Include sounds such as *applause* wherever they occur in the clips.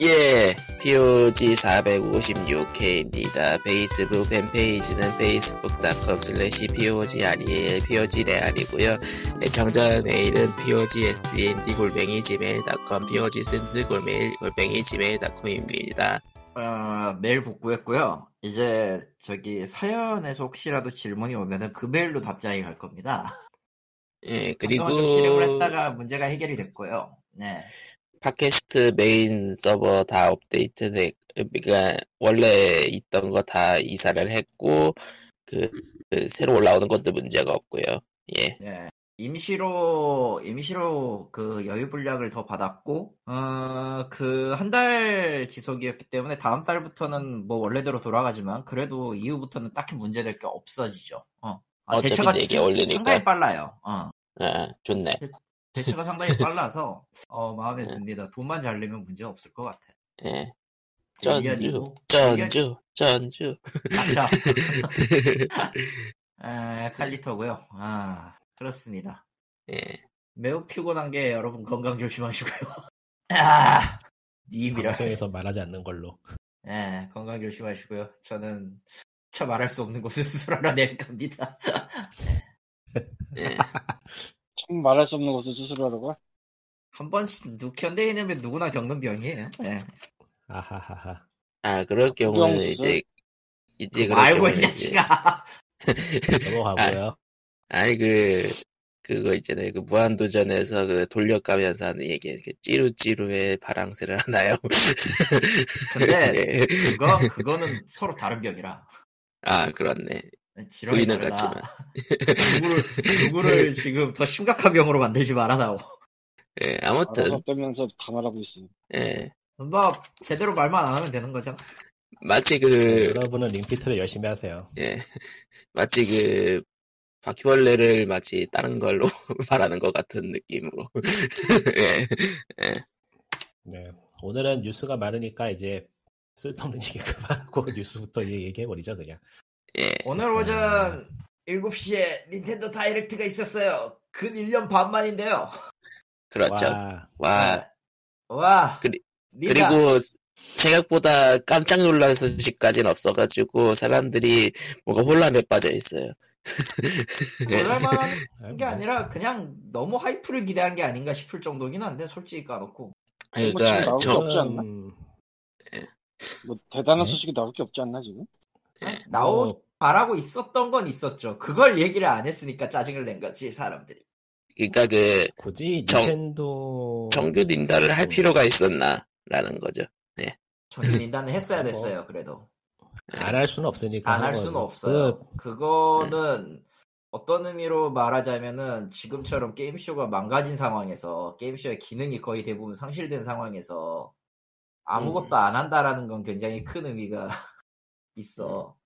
예, POG 456회입니다. 페이스북 팬페이지는 facebook.com slash POG 네 아니에요. POG 레알이고요. 네, 정자 메일은 POG SND 골뱅이 gmail.com, POG SND 골뱅이, 골뱅이 gmail.com입니다. 어, 메일 복구했고요. 이제 저기 사연에서 혹시라도 질문이 오면은 그 메일로 답장이 갈 겁니다. *laughs* 예, 한동안 좀 실행을 그리고 했다가 문제가 해결이 됐고요. 네. 팟캐스트 메인 서버 다 업데이트 돼, 그러니까 원래 있던 거 다 이사를 했고, 그, 그 새로 올라오는 것도 문제가 없고요. 예. 네. 임시로 임시로 그 여유 분량을 더 받았고 그 한 달 지속이었기 때문에 다음 달부터는 뭐 원래대로 돌아가지만 그래도 이후부터는 딱히 문제될 게 없어지죠. 어. 아, 어차피 대처가 내게 상- 올리니까. 상당히 빨라요. 어. 아, 좋네. 대처가 상당히 빨라서 어, 마음에 네. 듭니다. 돈만 잘 내면 문제 없을 *laughs* 것 같아. 예. 전주, 전년이고 전주, 전주. *laughs* 맞죠? 에, 아, 칼리터고요. 아 그렇습니다. 예. 매우 피곤한 게 여러분 건강 조심하시고요. *laughs* 아, 님이라. 방송에서 말하지 않는 걸로. 예, 건강 조심하시고요. 저는 차 말할 수 없는 곳을 *laughs* 스스로 알아낼 겁니다. 예. 참 말할 수 없는 것을 스스로 하라고? 한 번씩 누- 현대인이면 누구나 겪는 병이에요. 예. 네, 아하하하. 아, 그럴 경우는 구정 이제, 이제 그럴 알고 이 경우는 이제, 자식아. 뭐 아, 넘어가고요. 아니, 그, 그거 있잖아요. 그 무한도전에서 그 돌려가면서 하는 얘기, 이렇게 찌루찌루의 바랑새를 하나요? 근데 *laughs* 예. 그거 그거는 서로 다른 병이라. 아, 그렇네. 지렁이 보이는 다르다. 같지만. *laughs* 네. *laughs* 누구를 누구를 지금 더 심각한 병으로 만들지 말아나오. 예, 알아서 아무튼, 떨면서 다 말하고 있어. 예. 뭐 제대로 말만 안 하면 되는 거잖아. 마치 그, 여러분은 링피트를 열심히 하세요. 예. 마치 그, 바퀴벌레를 마치 다른 걸로 *laughs* 말하는 것 같은 느낌으로. *laughs* 예. 네. 오늘은 뉴스가 많으니까 이제 쓸데없는 *laughs* 얘기 그만하고 뉴스부터 얘- 얘기해버리죠 그냥. 예. 오늘 오전 7시에 닌텐도 다이렉트가 있었어요. 근 1년 반 만인데요. 그렇죠. 와, 와. *laughs* 와. 그리- 니가 그리고 생각보다 깜짝 놀란 소식까지는 없어가지고 사람들이 뭔가 혼란에 빠져 있어요. 예. 놀랄만한 아유, 게 뭐, 아니라 그냥 너무 하이프를 기대한 게 아닌가 싶을 정도긴 한데 솔직히 까놓고 뭐 그러니까 나올 게 저 없지 않나? 음, 뭐 대단한 네? 소식이 나올 게 없지 않나 지금? 나오 뭐, 바라고 있었던 건 있었죠. 그걸 얘기를 안 했으니까 짜증을 낸 거지 사람들이. 그러니까 그 굳이 정- 닌텐도 정규 닌다를 어. 할 필요가 있었나라는 거죠. 저는 인단을 했어야 됐어요. 그래도 안 할 수는 없으니까 안 할 하고 수는 그- 없어요. 그거는 어떤 의미로 말하자면은 지금처럼 게임쇼가 망가진 상황에서 게임쇼의 기능이 거의 대부분 상실된 상황에서 음. 아무것도 안 한다라는 건 굉장히 큰 의미가 *laughs* 있어.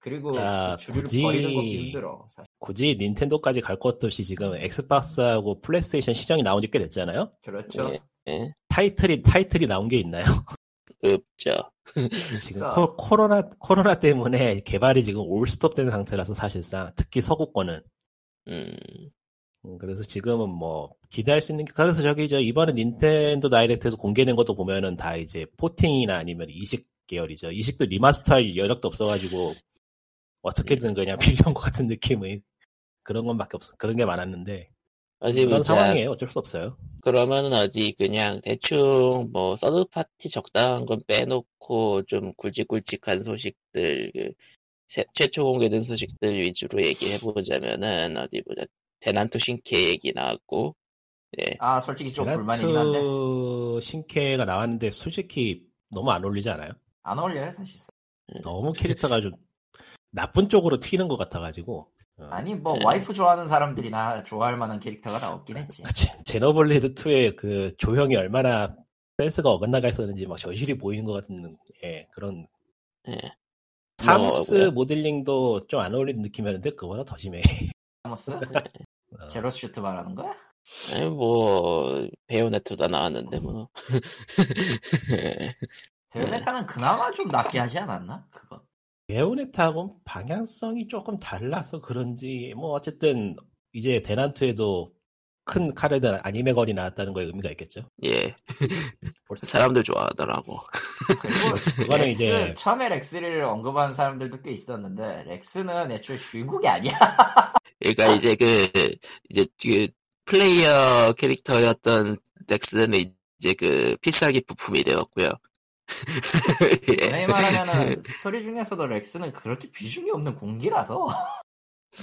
그리고 아, 그 주류를 굳이- 버리는 것도 힘들어. 사실. 굳이 닌텐도까지 갈 것도 없이 지금 엑스박스하고 플레이스테이션 시장이 나온 지 꽤 됐잖아요. 그렇죠. 예. 예. 타이틀이 타이틀이 나온 게 있나요? *laughs* 없죠. 지금 그래서- 코, 코로나 코로나 때문에 개발이 지금 올스톱된 상태라서 사실상 특히 서구권은 음, 음, 그래서 지금은 뭐 기대할 수 있는 게 그래서 저기 저 이번에 닌텐도 다이렉트에서 공개된 것도 보면은 다 이제 포팅이나 아니면 이식 계열이죠. 이식도 리마스터할 여력도 없어가지고 어떻게든 그냥 네. 빌려온 것 같은 느낌의 그런 것밖에 없어 그런 게 많았는데 어디 그런 보자. 상황이에요. 어쩔 수 없어요. 그러면은 어디 그냥 대충 뭐 서드 파티 적당한 건 빼놓고 좀 굵직굵직한 소식들 그 새- 최초 공개된 소식들 위주로 얘기해 보자면은 어디 보자 대난투 신캐 얘기 나왔고 예 아 솔직히 그렇죠. 좀 불만이긴 한데 베나투 신캐가 나왔는데 솔직히 너무 안 어울리지 않아요? 안 어울려요 사실상. 너무 캐릭터가 좀 나쁜 쪽으로 튀는 것 같아가지고. 어. 아니 뭐 예. 와이프 좋아하는 사람들이나 좋아할 만한 캐릭터가 나왔긴 했지. 그치. 제너블레이드 2의 그 조형이 얼마나 센스가 어긋나가 있었는지 막 저실이 보이는 것 같은 예, 그런. 예. 타무스 예. 뭐라고요? 모델링도 좀 안 어울리는 느낌이었는데 그보다 더 심해. *laughs* 아모스 어. 제로 슈트 말하는 거야? 아니 뭐 베요네트도 나왔는데 뭐 *laughs* 베요네타는 그나마 좀 낫게 하지 않았나? 그거. 베오네타하고 방향성이 조금 달라서 그런지 뭐 어쨌든 이제 대난투에도 큰 카레든 아니메 건이 나왔다는 거에 의미가 있겠죠. 예, 볼 수- 사람들 좋아하더라고. 그리고 *laughs* 그거는 렉스 이제 처음에 렉스를 언급한 사람들도 꽤 있었는데 렉스는 애초에 주인공이 *laughs* 아니야. 그러니까 이제 그 이제 그 플레이어 캐릭터였던 넥슨은 이제 그 필살기 부품이 되었고요. *laughs* 예. 네 말하면은 스토리 중에서도 렉스는 그렇게 비중이 없는 공기라서 *laughs*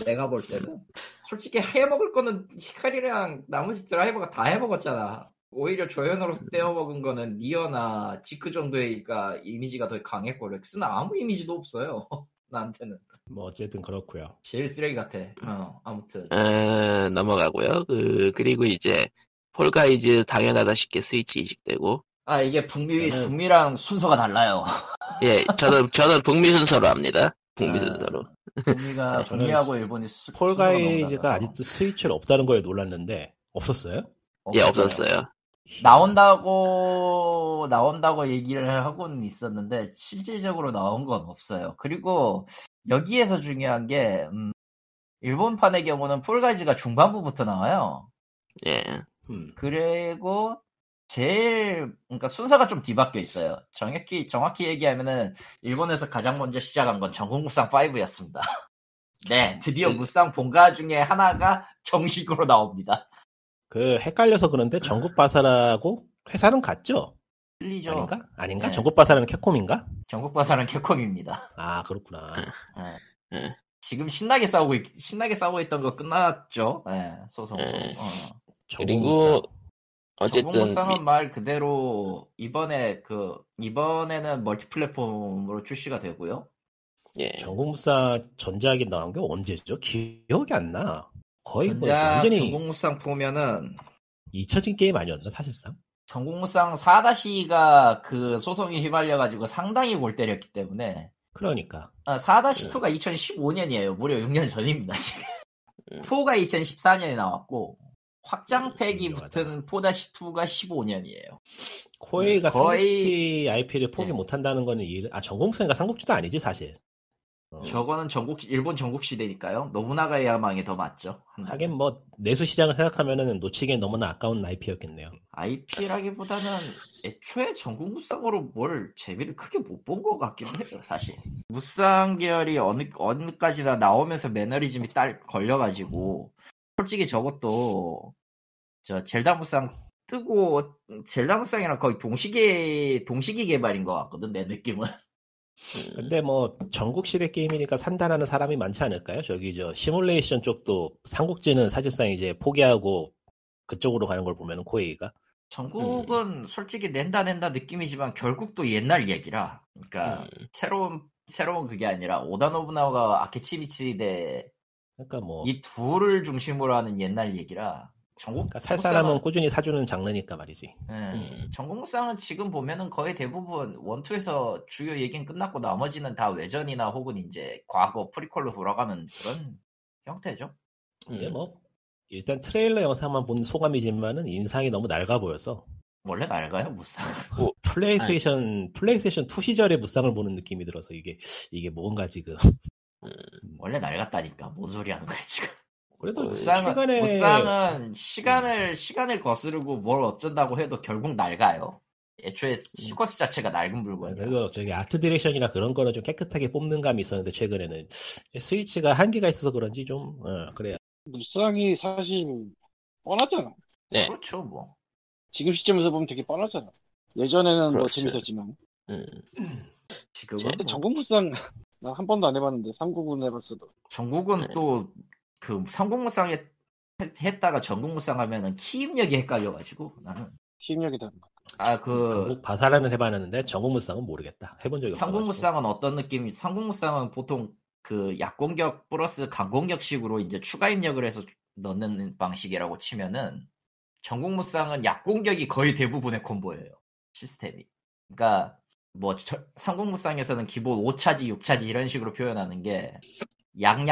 내가 볼 때는 솔직히 해먹을 거는 히카리랑 나머지 드라이버가 다 해먹었잖아. 오히려 조연으로 떼어먹은 거는 니어나 지크 정도의 그러니까 이미지가 더 강했고 렉스는 아무 이미지도 없어요. *laughs* 나한테는 뭐 어쨌든 그렇고요. 제일 쓰레기 같아. 어, 아무튼 어, 넘어가고요. 그 그리고 이제 폴가이즈 당연하다 싶게 스위치 이식되고 아 이게 북미 저는- 북미랑 순서가 *laughs* 달라요. 예 저는 저는 북미 순서로 합니다. 북미 아, 순서로 북미가 아, 저는 북미하고 스- 일본이 수, 폴가이즈가 순서가 너무 달라서. 아직도 스위치를 없다는 거에 놀랐는데 없었어요? 예 없었어요. 나온다고 나온다고 얘기를 하고는 있었는데 실질적으로 나온 건 없어요. 그리고 여기에서 중요한 게 음, 일본판의 경우는 폴가이즈가 중반부부터 나와요. 예 음. 그리고 제일 그러니까 순서가 좀 뒤바뀌어 있어요. 정확히 정확히 얘기하면은 일본에서 가장 먼저 시작한 건 전공무상 5였습니다. *laughs* 네, 드디어 그- 무쌍 본가 중에 하나가 정식으로 나옵니다. 그 헷갈려서 아. 그런데 전국바사라고 회사는 같죠? 틀리죠. 아닌가? 아닌가? 네. 전국바사라는 캡콤인가? 전국바사는 캡콤입니다. 아 그렇구나. 예. 예. 지금 신나게 싸우고 있- 신나게 싸우고 있던 거 끝났죠. 예, 소송. 예. 어. 그리고 어쨌든 전공무쌍은 말 그대로 이번에 그 이번에는 멀티플랫폼으로 출시가 되고요. 예 전국무사 전작이 나온 게 언제죠? 기억이 안 나. 거의 뭐 전작 완전히 전공무쌍 보면은 잊혀진 게임 아니었나 사실상? 전공무쌍 4-2가 그 소송이 휘발려가지고 상당히 골 때렸기 때문에 그러니까 아, 4-2가 2015년이에요. 무려 6년 전입니다, 지금. 예. 4가 2014년에 나왔고, 음, 확장팩이 유명하다. 붙은 4-2가 15년이에요. 코에이가 거의- 삼국지 IP를 포기 네. 못한다는 거는 일... 아 전국무사인가 삼국지도 아니지 사실. 어, 저거는 전국 일본 전국 시대니까요. 노부나가의 야망이 더 맞죠. 음. 하긴 뭐 내수 시장을 생각하면은 놓치기엔 너무나 아까운 IP였겠네요. IP라기보다는 애초에 전국 무쌍으로 뭘 재미를 크게 못 본 것 같긴 해요, 사실. 무쌍 계열이 어느 어느까지나 나오면서 매너리즘이 딸 걸려가지고 솔직히 저것도 저 젤다 무쌍 뜨고 젤다 무쌍이랑 거의 동시기 동시기 개발인 것 같거든 내 느낌은. 음, 근데 뭐 전국 시대 게임이니까 산다라는 사람이 많지 않을까요? 저기 저 시뮬레이션 쪽도 삼국지는 사실상 이제 포기하고 그쪽으로 가는 걸 보면은 코에이가 전국은 솔직히 낸다 낸다 느낌이지만 결국 또 옛날 얘기라. 아, 그러니까 음. 새로운 새로운 그게 아니라 오다 노부나가 아케치미치 어, 대이 그러니까 뭐 둘을 중심으로 하는 옛날 얘기라. 전국 예, 그러니까 살 사람은 꾸준히 사주는 장르니까 말이지. 음. 전국무쌍은 지금 보면은 거의 대부분 원투에서 주요 얘기는 끝났고 나머지는 다 외전이나 혹은 이제 과거 프리퀄로 돌아가는 그런 형태죠. 근데 음. 뭐 일단 트레일러 영상만 본 소감이지만은 인상이 너무 낡아 보여서 원래 낡아요 무쌍. *laughs* 플레이스테이션 플레이스테이션 2 시절의 무쌍을 보는 느낌이 들어서 이게 이게 뭔가 지금 원래 낡았다니까. 뭔 소리 하는 거야 지금. 그래도 어, 무쌍은, 최근에 음. 무쌍은 시간을 시간을 거스르고 뭘 어쩐다고 해도 결국 낡아요. 애초에 시퀀스 자체가 낡은 물건이야. 음. 아, 네, 그래도 저기 아트 디렉션이나 그런 거는 좀 깨끗하게 뽑는 감이 있었는데 최근에는 스위치가 한계가 있어서 그런지 좀 어, 그래요. 무쌍이 사실 뻔하잖아. 네. 그렇죠 뭐. 지금 시점에서 보면 되게 뻔하잖아. 예전에는 뭐 그렇죠. 재밌었지만. 음. 지금은 제- 뭐 전국 무쌍 *laughs* 나 한 번도 안 해봤는데 삼국은 해봤어도. 전국은 네. 또 그 성공무쌍에 했다가 전국무쌍 하면은 키입력이 헷갈려가지고 나는 힘력이 다른 거. 아그 음, 전국 바사라는 해봤는데 전국 무쌍은 모르겠다. 해본 적이 없어. 상공무쌍은 어떤 느낌이? 상공무쌍은 보통 그 약공격 플러스 강공격식으로 이제 추가 입력을 해서 넣는 방식이라고 치면은 전공무쌍은 약공격이 거의 대부분의 콤보예요 시스템이. 그러니까 뭐 저- 상공무쌍에서는 기본 5차지, 6차지 이런 식으로 표현하는 게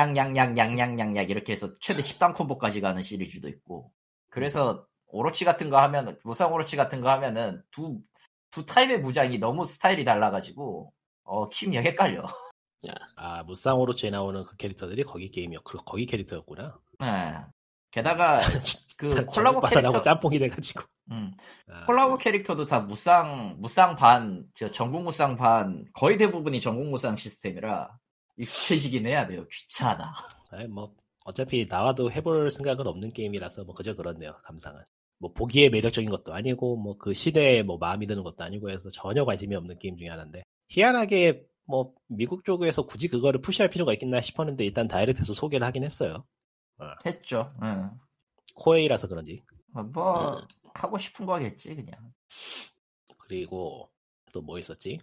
양양양양양양양양 이렇게 해서 최대 10단 콤보까지 가는 시리즈도 있고. 그래서 오로치 같은 거 하면 무쌍 오로치 같은 거 하면은 두 두 타입의 무장이 너무 스타일이 달라가지고 어 킴이 헷갈려. 아 무쌍으로 제 나오는 *laughs* 그 캐릭터들이 거기 게임이었. 그 거기 캐릭터였구나. 예. *laughs* 게다가 그 콜라보 바사라고 캐릭터 짬뽕이 돼가지고. 음, 아, 콜라보 캐릭터도 다 무쌍 무쌍 반, 저 전국 무쌍 반 거의 대부분이 전국 무쌍 시스템이라 익숙해지긴 해야 돼요. 귀찮아. *laughs* 아이, 뭐 어차피 나와도 해볼 생각은 없는 게임이라서 뭐 그저 그렇네요. 감상은. 뭐 보기에 매력적인 것도 아니고 뭐 그 시대에 뭐 마음이 드는 것도 아니고 해서 전혀 관심이 없는 게임 중에 하나인데 희한하게 뭐 미국 쪽에서 굳이 그거를 푸시할 필요가 있겠나 싶었는데 일단 다이렉트에서 소개를 하긴 했어요. 했죠. 응. 코에이라서 그런지 어, 뭐 음. 네. 하고 싶은 거 하겠지 그냥. 그리고 또 뭐 있었지?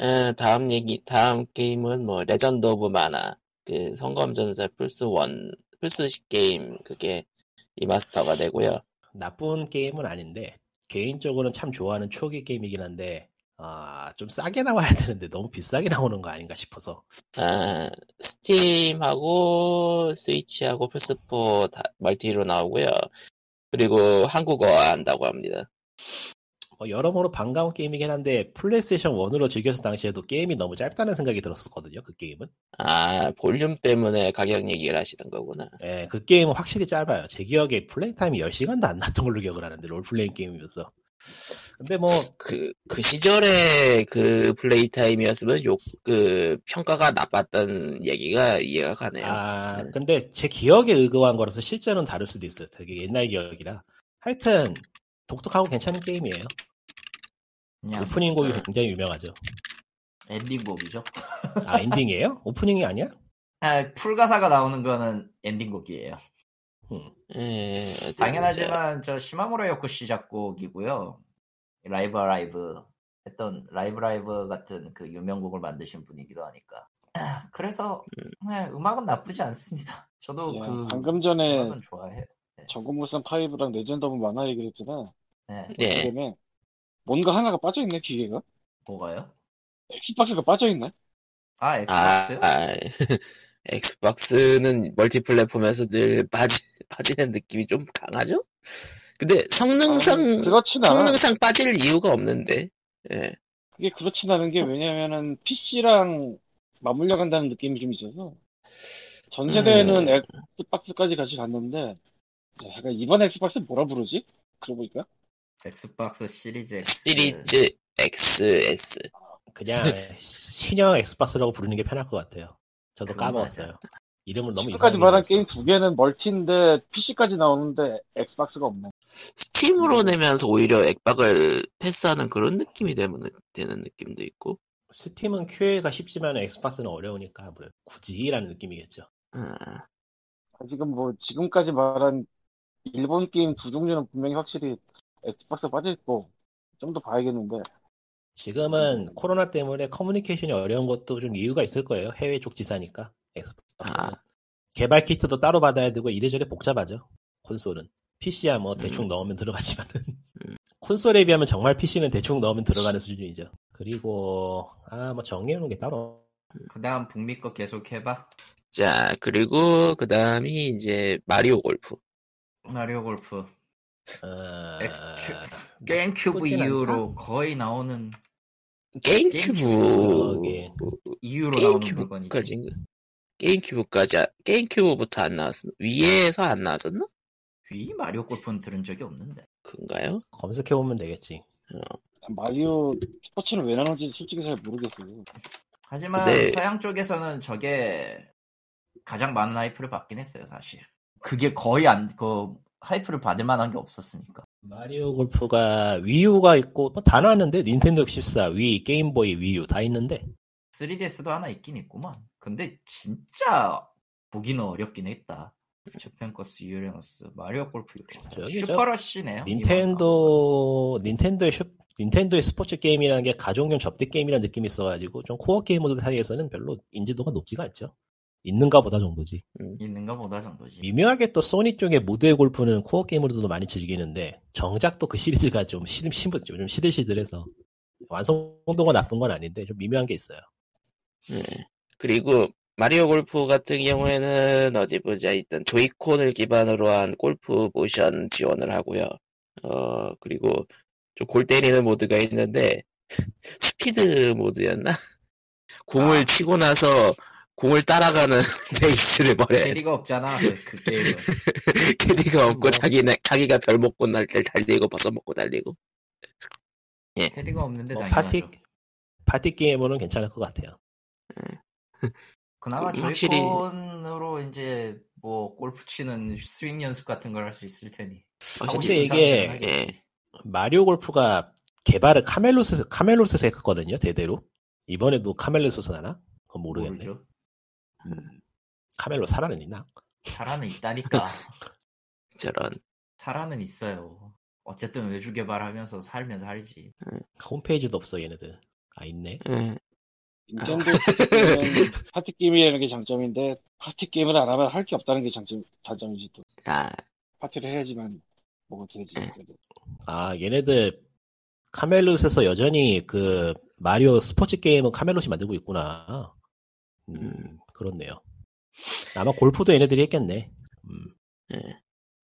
에, 아, 다음 얘기, 다음 게임은 뭐 레전드 오브 마나 그 성검전사 플스 원 플스 게임 그게 리마스터가 되고요. 나쁜 게임은 아닌데 개인적으로는 참 좋아하는 초기 게임이긴 한데 아 좀 싸게 나와야 되는데 너무 비싸게 나오는 거 아닌가 싶어서 아, 스팀하고 스위치하고 플스4 다 멀티로 나오고요. 그리고 한국어 한다고 합니다. 뭐 여러모로 반가운 게임이긴 한데 플레이스테이션 1으로 즐겼을 당시에도 게임이 너무 짧다는 생각이 들었었거든요. 그 게임은. 아, 볼륨 때문에 가격 얘기를 하시는 거구나. 예, 그 게임은 확실히 짧아요. 제 기억에 플레이 타임이 10시간도 안 났던 걸로 기억을 하는데 롤플레잉 게임이면서. 근데 뭐 그, 그 시절에 그 플레이 타임이었으면 욕, 그 평가가 나빴던 얘기가 이해가 가네요. 아, 네. 근데 제 기억에 의거한 거라서 실제로는 다를 수도 있어요. 되게 옛날 기억이라. 하여튼 독특하고 괜찮은 게임이에요. 그냥 오프닝 곡이 음. 굉장히 유명하죠. 엔딩곡이죠. 아, 엔딩이에요? 오프닝이 아니야? 아, 풀 가사가 나오는 거는 엔딩곡이에요. 예, 어디 보자. 당연하지만 저 시마무라 요코시 작곡이고요. 라이브 라이브 했던 라이브 라이브 같은 그 유명곡을 만드신 분이기도 하니까. *clears throat* 그래서 네, 음악은 나쁘지 않습니다. *laughs* 저도 야, 그 예, 방금 전에 음악은 좋아해요. 전국무쌍 5랑 레전드 오브 만화 얘기를 했잖아. 네, 예, 그다음에 뭔가 하나가 빠져있네 기계가. 뭐가요? 엑스박스가 빠져있네. 아, 아, 엑스박스요? 아, *laughs* 엑스박스는 멀티플랫폼에서 늘 빠지, *laughs* 빠지는 느낌이 좀 강하죠? 근데 성능상, 그렇진 않아. 성능상 빠질 이유가 없는데. 예. 그게 그렇진 않은 게 왜냐면은 PC랑 맞물려 간다는 느낌이 좀 있어서 전 세대에는 음. 엑스박스까지 같이 갔는데 약간 이번 엑스박스 뭐라 부르지? 그러고 보니까 엑스박스 시리즈 X. 시리즈 XS. 그냥 신형 엑스박스라고 부르는 게 편할 것 같아요. 저도 그건 까먹었어요. 이름을 너무 지금까지 이상하게 말한 지었어요. 게임 두 개는 멀티인데 PC까지 나오는데 엑스박스가 없네. 스팀으로 음. 내면서 오히려 액박을 패스하는 그런 느낌이 되는, 되는 느낌도 있고. 스팀은 QA가 쉽지만 엑스박스는 어려우니까 아무래도 굳이라는 느낌이겠죠. 아, 지금 뭐 지금까지 말한 일본 게임 두 종류는 분명히 확실히 엑스박스 빠져 있고 좀 더 봐야겠는데 지금은 음. 코로나 때문에 커뮤니케이션이 어려운 것도 좀 이유가 있을 거예요. 해외 쪽 지사니까 엑스박스는 아. 개발 키트도 따로 받아야 되고 이래저래 복잡하죠. 콘솔은 PC야 뭐 음. 대충 넣으면 들어가지만 *laughs* 콘솔에 비하면 정말 PC는 대충 넣으면 들어가는 수준이죠. 그리고 아 뭐 정리해놓은 게 따로 그다음 북미 거 계속 해봐. 자, 그리고 그 다음이 이제 마리오 골프. 마리오 골프. 어, 엑스- 게임큐브 나쁘진 않다. 이후로 거의 나오는 게임큐브. 게임큐브. 이후로 나오는 물건이지. 게임큐브까지. 게임큐브까지, 아- 게임큐브부터 안 나왔었나? 위에서 안 나왔었나? 이 마리오 골프는 들은 적이 없는데. 그런가요? 검색해보면 되겠지. 마리오 스포츠는 왜 나오는지 솔직히 잘 모르겠어요. 하지만 네. 근데- 서양 쪽에서는 저게 가장 많은 하이프를 받긴 했어요, 사실. 그게 거의 안, 그, 하이프를 받을 만한 게 없었으니까. 마리오 골프가 위유가 있고 뭐다 나왔는데 닌텐도 64, 위, 게임보이, 위유 다 있는데 3DS도 하나 있긴 있구만. 근데 진짜 보기는 어렵긴 했다. 저펜커스, 유레너스, 마리오 골프, 유레너스. 음. 저기죠. 슈퍼러쉬네요. 닌텐도 닌텐도의 슈, 닌텐도의 스포츠 게임이라는 게 가족용 접대 게임이라는 느낌이 있어가지고 좀 코어 게이머들 사이에서는 별로 인지도가 높지가 않죠. 있는가 보다 정도지. 이거나. 있는가 보다 정도지. 미묘하게 또 소니 쪽의 모드의 골프는 코어 게임으로도 많이 즐기는데 정작 또 그 시리즈가 좀 시듬 시듬 좀 시들시들해서 완성도가 나쁜 건 아닌데 좀 미묘한 게 있어요. 그리고 마리오 골프 같은 경우에는 어디 보자 일단 조이콘을 기반으로 한 골프 모션 지원을 하고요. 어 그리고 좀 골 때리는 모드가 *laughs* 있는데 스피드 모드였나? 공을 아. 치고 나서 공을 따라가는 *laughs* 레이스를 벌여야 돼. 캐리가 없잖아 그, 그 게임은 캐디가 없고 뭐. 자기네 자기가 별 먹고 날 때 달리고 벗어 먹고 달리고 캐리가 없는데 뭐 네, 당연하죠 파티 파티 게임으로는 괜찮을 것 같아요. 그나마 그 확실히- 조이콘으로 이제 뭐 골프 치는 스윙 연습 같은 걸 할 수 있을 테니 확실히 그 혹시 이게- 예. 마리오 골프가 개발을 카멜로스 카멜로스에서 했거든요. 대대로 이번에도 카멜로스에서 하나? 그건 모르겠네. 모르죠 카멜로 사라는 있나? 사라는 *laughs* 있다니까 저런 사라는 있어요 어쨌든 외주 개발하면서 살면 살지 홈페이지도 없어 얘네들. 아 있네. 음, 닌텐도 게임은 파티 게임이라는 게 장점인데 파티 게임을 안 하면 할 게 없다는 게 장점 단점이지 또 아, 파티를 해야지만 뭐가 되지. 아 얘네들 카멜로스에서 여전히 그 마리오 스포츠 게임은 카멜로시 만들고 있구나. 음, 음. 그렇네요. 아마 골프도 얘네들이 했겠네. 음,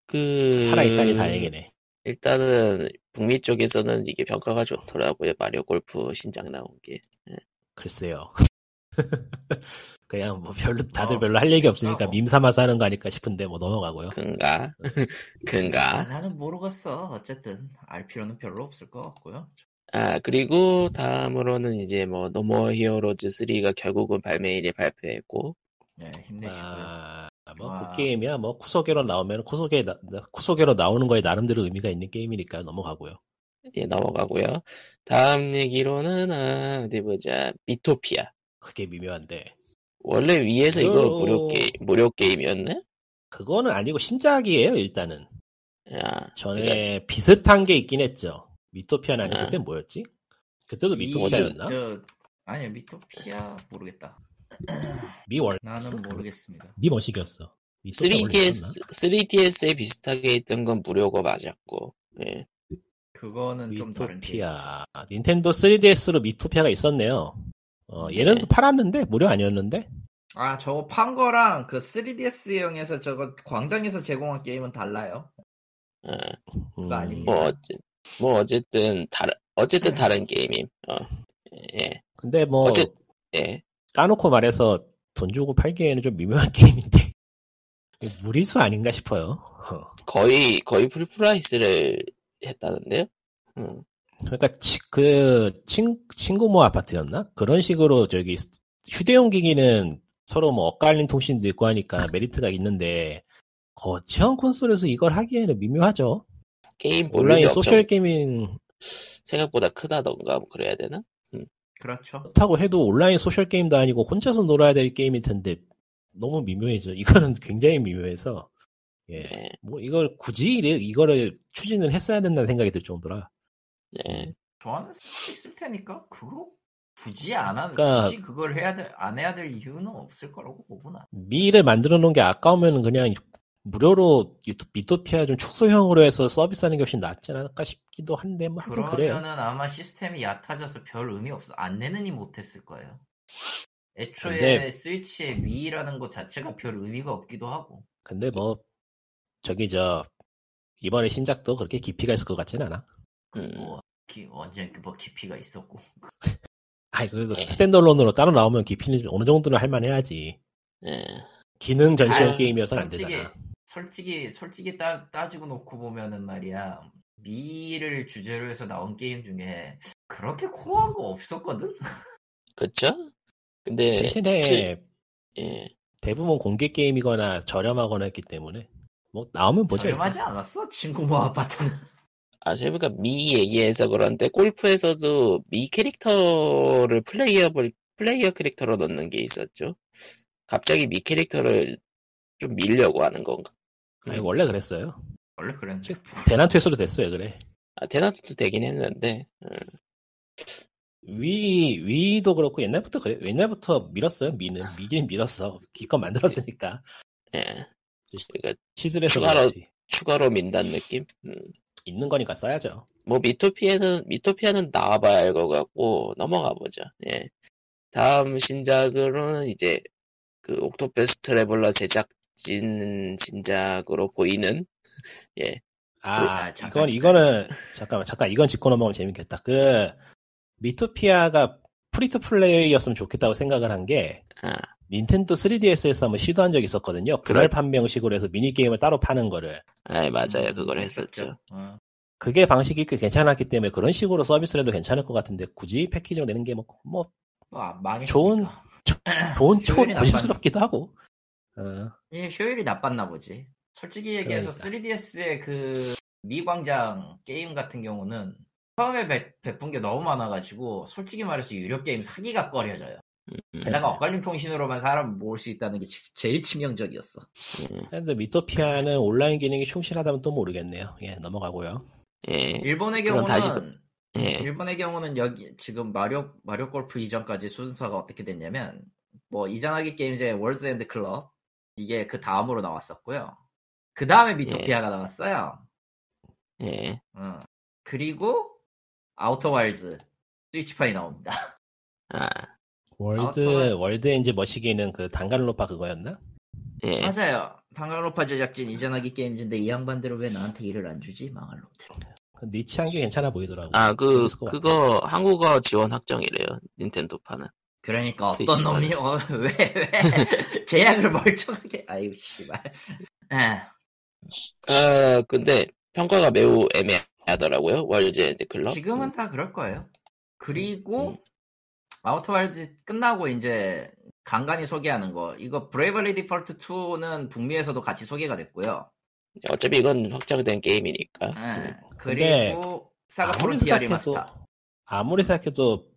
그 살아있다니 다행이네. 일단은 북미 쪽에서는 이게 평가가 좋더라고요 마리오 골프 신작 나온 게 글쎄요. *laughs* 그냥 뭐 별로 다들 어, 별로 할 얘기 없으니까 어. 밈 삼아서 하는 거 아닐까 싶은데 뭐 넘어가고요. 큰가 *laughs* 아, 큰가 나는 모르겠어 어쨌든 알 필요는 별로 없을 것 같고요 아 그리고 다음으로는 이제 뭐 노모 히어로즈 3가 결국은 발매일에 발표했고 네 힘내시고요 아, 뭐 와. 그 게임이야 뭐 쿠소게로 나오면 쿠소게 나- 쿠소게로 나오는 거에 나름대로 의미가 있는 게임이니까 넘어가고요. 예 넘어가고요 다음 얘기로는 아, 어디 보자 미토피아 그게 미묘한데 원래 위에서 이거 이거- 무료 게임 무료 게임이었네 그거는 아니고 신작이에요 일단은. 아 전에 그러니까 비슷한 게 있긴 했죠. 미토피아는 아니고 아. 그때 뭐였지? 그때도 이- 네. 미토피아였나? 저, 아니야 미토피아 모르겠다 미월. 나는 모르겠습니다 니 머시기였어. 3DS 3DS에 비슷하게 있던 건 무료고 맞았고 예. 그거는 좀 다른 게임이죠. 미토피아. 닌텐도 3DS로 미토피아가 있었네요. 어, 얘는 네. 또 팔았는데 무료 아니었는데 아 저거 판 거랑 그 3DS용에서 저거 광장에서 제공한 게임은 달라요 어, 음, 아닙니다. 뭐 어째 뭐 어쨌든 다른 네. 어쨌든 다른 게임임 어. 예. 근데 뭐 어째- 예. 까놓고 말해서 돈 주고 팔기에는 좀 미묘한 *laughs* 게임인데 무리수 아닌가 싶어요. 어. 거의 거의 풀프라이스를 했다는데요 음. 그러니까 치, 그 친, 친구 모 아파트였나? 그런 식으로 저기 스- 휴대용 기기는 서로 뭐 엇갈린 통신도 있고 하니까 메리트가 있는데 거치형 콘솔에서 이걸 하기에는 미묘하죠. 게임 볼륨이 온라인 엄청 소셜 게이밍 생각보다 크다던가 뭐 그래야 되나 그렇죠 그렇다고 해도 온라인 소셜 게임도 아니고 혼자서 놀아야 될 게임일 텐데 너무 미묘해져. 이거는 *laughs* 굉장히 미묘해서 예. 예. 뭐 이걸 굳이 이래- 이거를 추진을 했어야 된다는 생각이 들 정도라. 예. 좋아하는 사람 있을 테니까 그거 굳이 안 하는 그러니까- 굳이 그걸 해야 될 안 해야 될 이유는 없을 거라고 보구나 미를 만들어 놓은 게 아까우면 그냥 무료로 유토, 미토피아 좀 축소형으로 해서 서비스하는 게 훨씬 낫지 않을까 싶기도 한데 뭐 하여튼 그래요. 그러면은 아마 시스템이 얕아져서 별 의미 없어 안내는이 못했을 거예요 애초에 근데- 스위치의 위라는 것 자체가 별 의미가 없기도 하고 근데 뭐 저기 저 이번에 신작도 그렇게 깊이가 있을 것 같진 않아. 음. 뭐 기, 완전 그뭐 깊이가 있었고 아이 그래도 네. 스탠드얼론으로 따로 나오면 깊이는 어느 정도는 할만해야지. 예. 기능 전시형 아유, 게임이어서는 안 솔직히- 되잖아. 솔직히 솔직히 따, 따지고 놓고 보면은 말이야 미를 주제로 해서 나온 게임 중에 그렇게 코어한 거 없었거든? 그쵸 네. 근데 실- 대신에 예. 대부분 공개 게임이거나 저렴하거나 했기 때문에 뭐 나오면 보죠. 일단. 저렴하지 않았어? 친구 모 아파트는 *laughs* 아, 제가 미 얘기해서 그런데 골프에서도 미 캐릭터를 플레이어 볼- 플레이어 캐릭터로 넣는 게 있었죠. 갑자기 미 캐릭터를 좀 밀려고 하는 건가? 아니, 원래 그랬어요. 원래 그랬는데 대난 퇴수로 됐어요, 그래. 아, 대낮도 되긴 했는데. 음, 위 위도 그렇고 옛날부터 그래 옛날부터 밀었어요. 미는 미긴 밀었어. 기껏 만들었으니까 예. 시- 그러니까 시들해서 추가로- 그렇지. 추가로 민다는 느낌? 음. 있는 거니까 써야죠. 뭐 미토피아는 미토피아는 나와봐야 알 것 같고 넘어가 보죠. 예. 다음 신작으로는 이제 그 옥토패스 트래블러 제작진 신작으로 보이는 예. 아, 아, 잠깐, 이건 이거는 잠깐만 잠깐 이건 짚고 넘어가면 재밌겠다. 그 미토피아가 프리투 플레이였으면 좋겠다고 생각을 한 게 아. 닌텐도 3DS에서 한번 시도한 적이 있었거든요. 분할 판매형식으로 해서 미니게임을 따로 파는 거를. 아 음, 맞아요 그걸 했었죠. 어. 그게 방식이 꽤 괜찮았기 때문에 그런 식으로 서비스를 해도 괜찮을 것 같은데 굳이 패키지로 내는 게 뭐, 뭐, 뭐, 안 망했으니까. 좋은- 아, 좋은, 좋은, 효율이 고심스럽기도 하고. 어, 이게 효율이 나빴나 보지. 솔직히 얘기해서 그러니까. 3DS의 그 미광장 게임 같은 경우는 처음에 배, 베푼 게 너무 많아가지고 솔직히 말해서 유료 게임 사기가 꺼려져요. 음, 게다가 엇갈린 통신으로만 사람 모을 수 있다는 게 제- 제일 치명적이었어. 음, 근데 미토피아는 온라인 기능이 충실하다면 또 모르겠네요. 예, 넘어가고요. 예, 일본의 그럼 경우는 다시 예. 일본의 경우는 여기 지금 마력 마력 골프 이전까지 순서가 어떻게 됐냐면 뭐 이전하기 게임즈의 월드 앤드 클럽 이게 그 다음으로 나왔었고요. 그 다음에 미토피아가 나왔어요. 예. 응. 그리고 아우터 와일즈 스위치판이 나옵니다. 아, 월드, 아무튼- 월드 엔지 머시기는 그 단간로파 그거였나? 예. 맞아요. 당강로파 제작진 이전하기 게임즈인데 이 양반들은 왜 나한테 일을 안 주지? 망할 놈들. 그 니치한 게 괜찮아 보이더라고. 아, 그, 재밌을 것 같아. 그거 한국어 지원 확정이래요. 닌텐도판은. 그러니까 어떤 스위치판. 놈이 어, *laughs* 왜, 왜 계약을 멀쩡하게 아이고 씨발. 예. 에. 아, 근데 평가가 매우 애매하더라고요. 월드 앤드 클럽. 지금은 음, 다 그럴 거예요. 음. 그리고 아우터 와일드 끝나고 이제 간간히 소개하는 거. 이거 브레이벌리 디폴트 2는 북미에서도 같이 소개가 됐고요. 어차피 이건 확정된 게임이니까. 예. 음, 근데 그리고 사가 아무리 프론티아 생각해도- 리마스터. 아무리 생각해도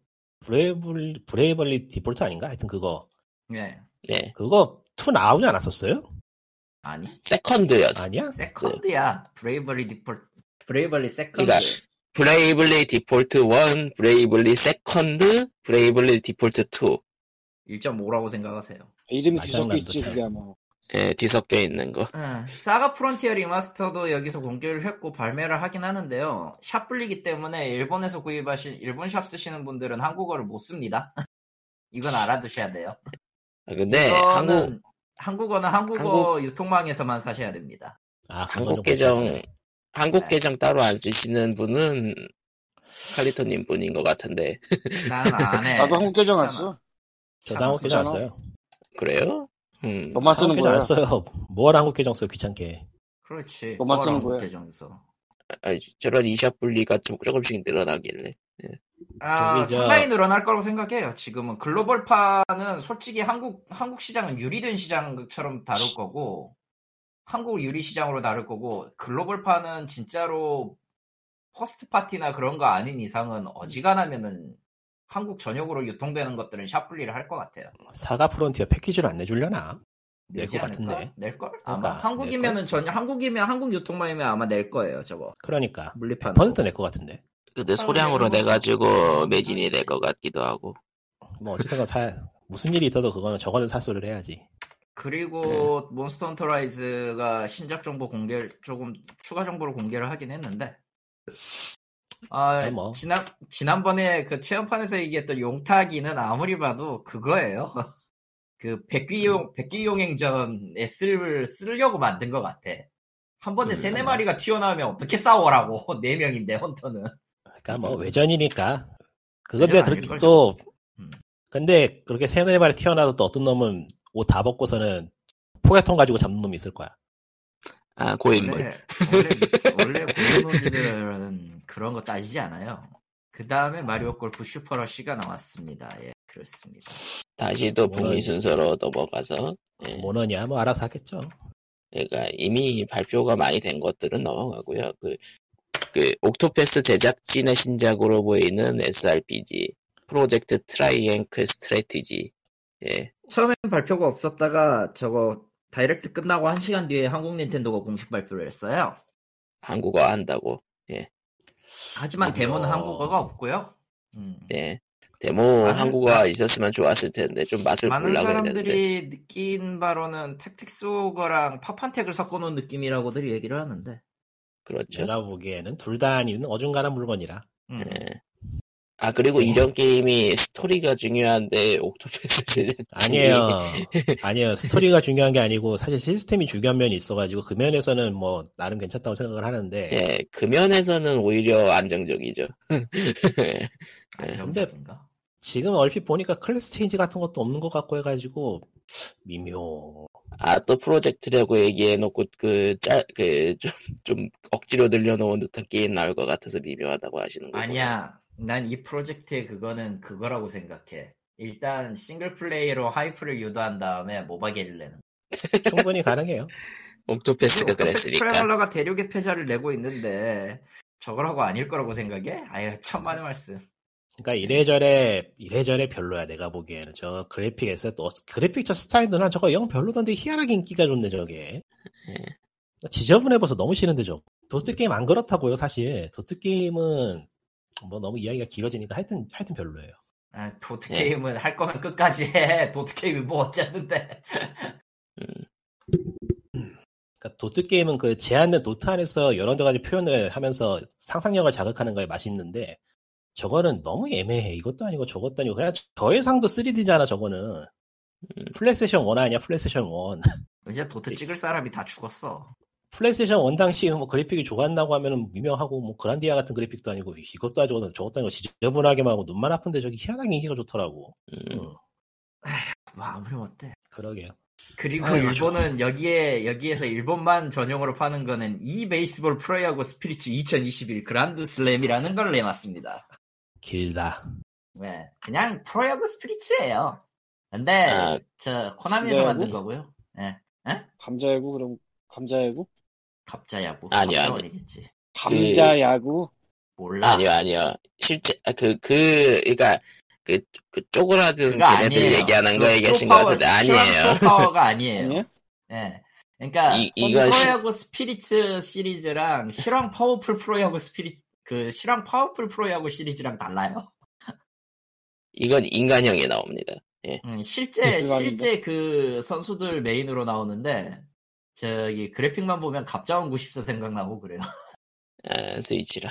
브레이블, 브레이벌리 디폴트 아닌가? 하여튼 그거. 예. 네. 그거 투 나오지 않았었어요? 아니 세컨드였어. 아니야? 세컨드야. 브레이벌리 디폴트 브레이벌리 세컨드. 그러니까 브레이블리 디폴트 1, 브레이블리 세컨드, 브레이블리 디폴트 2. 1.5라고 생각하세요. 이름이 맞장난도 뒤섞여 있지 잘. 그게 뭐 예, 뒤섞여 있는 거. 예, 사가 프론티어 리마스터도 여기서 공개를 했고 발매를 하긴 하는데요. 샵 불리기 때문에 일본에서 구입하신 일본 샵 쓰시는 분들은 한국어를 못 씁니다. *laughs* 이건 알아두셔야 돼요. 아, 근데 한국, 이거는 한국어는 한국어 유통망에서만 사셔야 됩니다. 아, 그건 한국 좀 계정, 괜찮네. 한국 네. 계정 따로 안 쓰시는 분은 칼리토님 분인 것 같은데. 난 안 네, 해. 나도 한국 계정 귀찮아. 왔어 저도 한국 계정 안 써요. 그래요? 음. 아, 너만 한국 쓰는 계정 거야 안 써요. *laughs* 뭘 한국 계정 써요, 귀찮게. 그렇지. 너만 뭐라고 쓰는 거야. 계정에서. 아, 저런 이샵 분리가 좀- 조금씩 늘어나길래. 아, 저기 저- 상당히 늘어날 거라고 생각해요. 지금은 글로벌파는 솔직히 한국 한국 시장은 유리된 시장처럼 다룰 거고 한국 유리 시장으로 다룰 거고 글로벌파는 진짜로 퍼스트 파티나 그런 거 아닌 이상은 어지간하면은 한국 전역으로 유통되는 것들은 샵분리를 할 것 같아요. 사가 프론티어 패키지를 안 내주려나? 낼것 내지 않을까? 같은데. 낼 걸? 그러니까, 아마 한국이면은 전혀 한국이면 한국 유통망이면 아마 낼 거예요. 저거 그러니까. 물리판. 100%낼것 같은데. 근데 사람이 소량으로 그런 거 내가지고 사- 매진이 될 것 같기도 하고. 뭐, 어쨌든 사, 무슨 일이 있어도 그거는 저거는 사수를 해야지. 그리고 네. 몬스터 헌터 라이즈가 신작 정보 공개를 조금 추가 정보를 공개를 하긴 했는데 아 네, 뭐. 지난 지난번에 그 체험판에서 얘기했던 용타기는 아무리 봐도 그거예요. *laughs* 그 음. 백귀용 백귀용행전에 쓸 쓰려고 만든 것 같아. 한 번에 그, 음. 세네 마리가 튀어나오면 어떻게 싸워라고 *laughs* 네 명인데 헌터는 그러니까 뭐, 외전이니까. 그거 내가 외전 아닐걸, 그렇게 또, 음. 근데 그렇게 세네 발이 튀어나와도 또 어떤 놈은 옷 다 벗고서는 포개통 가지고 잡는 놈이 있을 거야. 뭐 아, 고인물. 원래 *laughs* 원래 원래 고인물들은 그런 거 따지지 않아요. 그 다음에 마리오 골프 슈퍼러쉬가 나왔습니다. 예, 그렇습니다. 다시 또 북미 뭐는- 순서로 넘어가서. 네. 예. 뭐너냐, 뭐 알아서 하겠죠. 그러니까 이미 발표가 많이 된 것들은 넘어가고요. 그, 그 옥토패스 제작진의 신작으로 보이는 SRPG 프로젝트 트라이앵클 스트레티지. 예. 처음엔 발표가 없었다가 저거 다이렉트 끝나고 한 시간 뒤에 한국 닌텐도가 공식 발표를 했어요. 한국어 한다고. 하지만 네. 어. 데모는 한국어가 없고요. 음. 예. 데모 많은- 한국어가 있었으면 좋았을 텐데 좀 맛을 많은 보려고 했는데. 사람들이 느낀 바로는 택틱소거랑 파판텍을 섞어놓은 느낌이라고들 얘기를 하는데. 그렇죠. 제가 보기에는 둘 다 아닌 어중간한 물건이라. 음. 예. 아 그리고 이런 게임이 스토리가 중요한데 옥토패스 제작진이 *laughs* 아니에요. 아니에요. 스토리가 중요한 게 아니고 사실 시스템이 중요한 면이 있어가지고 그 면에서는 뭐 나름 괜찮다고 생각을 하는데 예, *laughs* 그 면에서는 오히려 안정적이죠. 안정적인가? 지금 얼핏 보니까 클래스 체인지 같은 것도 없는 것 같고 해가지고 미묘. 아 또 프로젝트라고 얘기해놓고 그 그짤그좀좀 억지로 늘려놓은 듯한 게임 나올 것 같아서 미묘하다고 하시는 거고 아니야. 난 이 프로젝트의 그거는 그거라고 생각해. 일단 싱글 플레이로 하이프를 유도한 다음에 모바 게임을 내는. 충분히 가능해요. 옥토패스가 네, 그러니까 그랬으니까 스프레글러가 대륙의 패자를 내고 있는데 저걸 하고 아닐 거라고 생각해? 아유 천만의 말씀. 그러니까 이래저래 이래저래 별로야 내가 보기에는 저 그래픽 에셋 또 그래픽 저 스타일도 난 저거 영 별로던데 희한하게 인기가 좋네 저게. 네. 지저분해 보서 너무 싫은데 저 도트 게임 안 그렇다고요 사실 도트 게임은 뭐 너무 이야기가 길어지니까 하여튼 하여튼 별로예요. 아, 도트 예. 게임은 할 거면 끝까지 해. 도트 게임이 뭐 어쨌는데. 그러니까 도트 게임은 그 제한된 도트 안에서 여러 가지 표현을 하면서 상상력을 자극하는 거에 맛이 있는데 저거는 너무 애매해. 이것도 아니고 저것도 아니고 그냥 저해상도 3D잖아 저거는. 플레이스테이션 1 아니야 플레이스테이션 1. 이제 도트 찍을 사람이 다 죽었어. *laughs* 플레이스테이션 1 당시 뭐 그래픽이 좋았나고 하면은 유명하고 뭐 그란디아 같은 그래픽도 아니고 이것도 아니고 저것도 아니고 지저분하게만 하고 눈만 아픈데 저기 희한하게 인기가 좋더라고. 음, 뭐 아무리 못해. 그러게요. 그리고 아유, 일본은 여기에 여기에서 일본만 전용으로 파는 거는 이 베이스볼 프로야구 스피릿 2021 그란드 슬램이라는 걸 내놨습니다. 길다. 네, 그냥 프로야구 스피릿이에요. 근데 아, 저 코나미에서 네, 만든 뭐? 거고요. 감자야구 그럼 감자야구? 갑자야구. 아니요, 아니요. 겠지 감자야구? 몰라. 아니요 아니요 실제 그그 그, 그러니까 그, 그 쪼그라든 그거 걔네들 아니에요. 얘기하는 거 그 얘기하신 거 프로파워, 같은데 아니에요 시원 프로파워가 아니에요. 아니야? 예. 그러니까 이- 홈 이거 시- 프로야구 스피릿 시리즈랑 실황 파워풀 프로야구 스피릿 그 실황 파워풀 프로야구 시리즈랑 달라요. 이건 인간형이 나옵니다 음, 실제 그거 아닌데? 실제 그 선수들 메인으로 나오는데 저기 그래픽만 보면 갑자원 94 생각나고 그래요. 아, 스위치라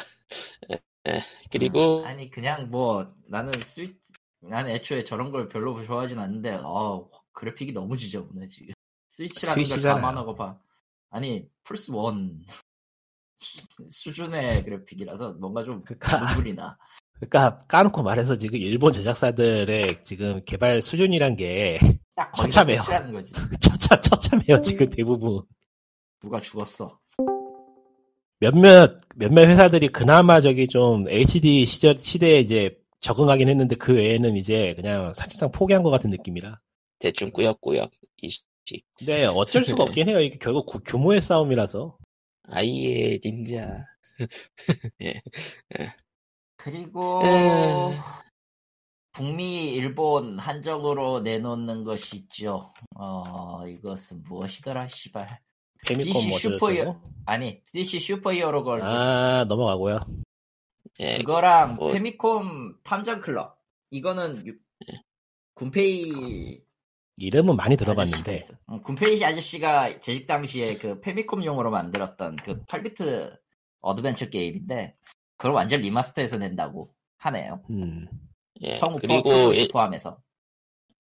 예, 그리고 음, 아니 그냥 뭐 나는 스위 나는 애초에 저런 걸 별로 좋아하진 않는데 어 그래픽이 너무 지저분해 지금. 스위치라는 걸 스위치잖아요. 감안하고 봐. 아니 플스 원 *laughs* 수준의 그래픽이라서 뭔가 좀 그러니까 눈물이 나. 그러니까 까놓고 말해서 지금 일본 제작사들의 지금 개발 수준이란 게 딱 거기서 처참해요. 끝이라는 거지. 처참 처참해요 음. 지금 대부분. 누가 죽었어. 몇몇 몇몇 회사들이 그나마 저기 좀 HD 시절 시대에 이제 적응하긴 했는데 그 외에는 이제 그냥 사실상 포기한 것 같은 느낌이라. 대충 꾸역꾸역 근데 *laughs* 어쩔 수가 없긴 해요. 이게 결국 구- 규모의 싸움이라서. 아이의 닌자 그리고 음. 북미 일본 한정으로 내놓는 것이 있죠. 어 이것은 무엇이더라 씨발. 페미콤 DC 뭐 슈퍼히어- 고 아니 DC 슈퍼히어로 걸즈 아 넘어가고요. 예, 그거랑 뭐- 페미콤 탐정 클럽 이거는 유- 예. 군페이 이름은 많이 아저씨가 들어봤는데 있어. 응, 군페이 아저씨가 재직 당시에 그 페미콤용으로 만들었던 그 8비트 어드벤처 게임인데 그걸 완전 리마스터해서 낸다고 하네요. 음, 예. 청우 그리고 포함, 일, 포함해서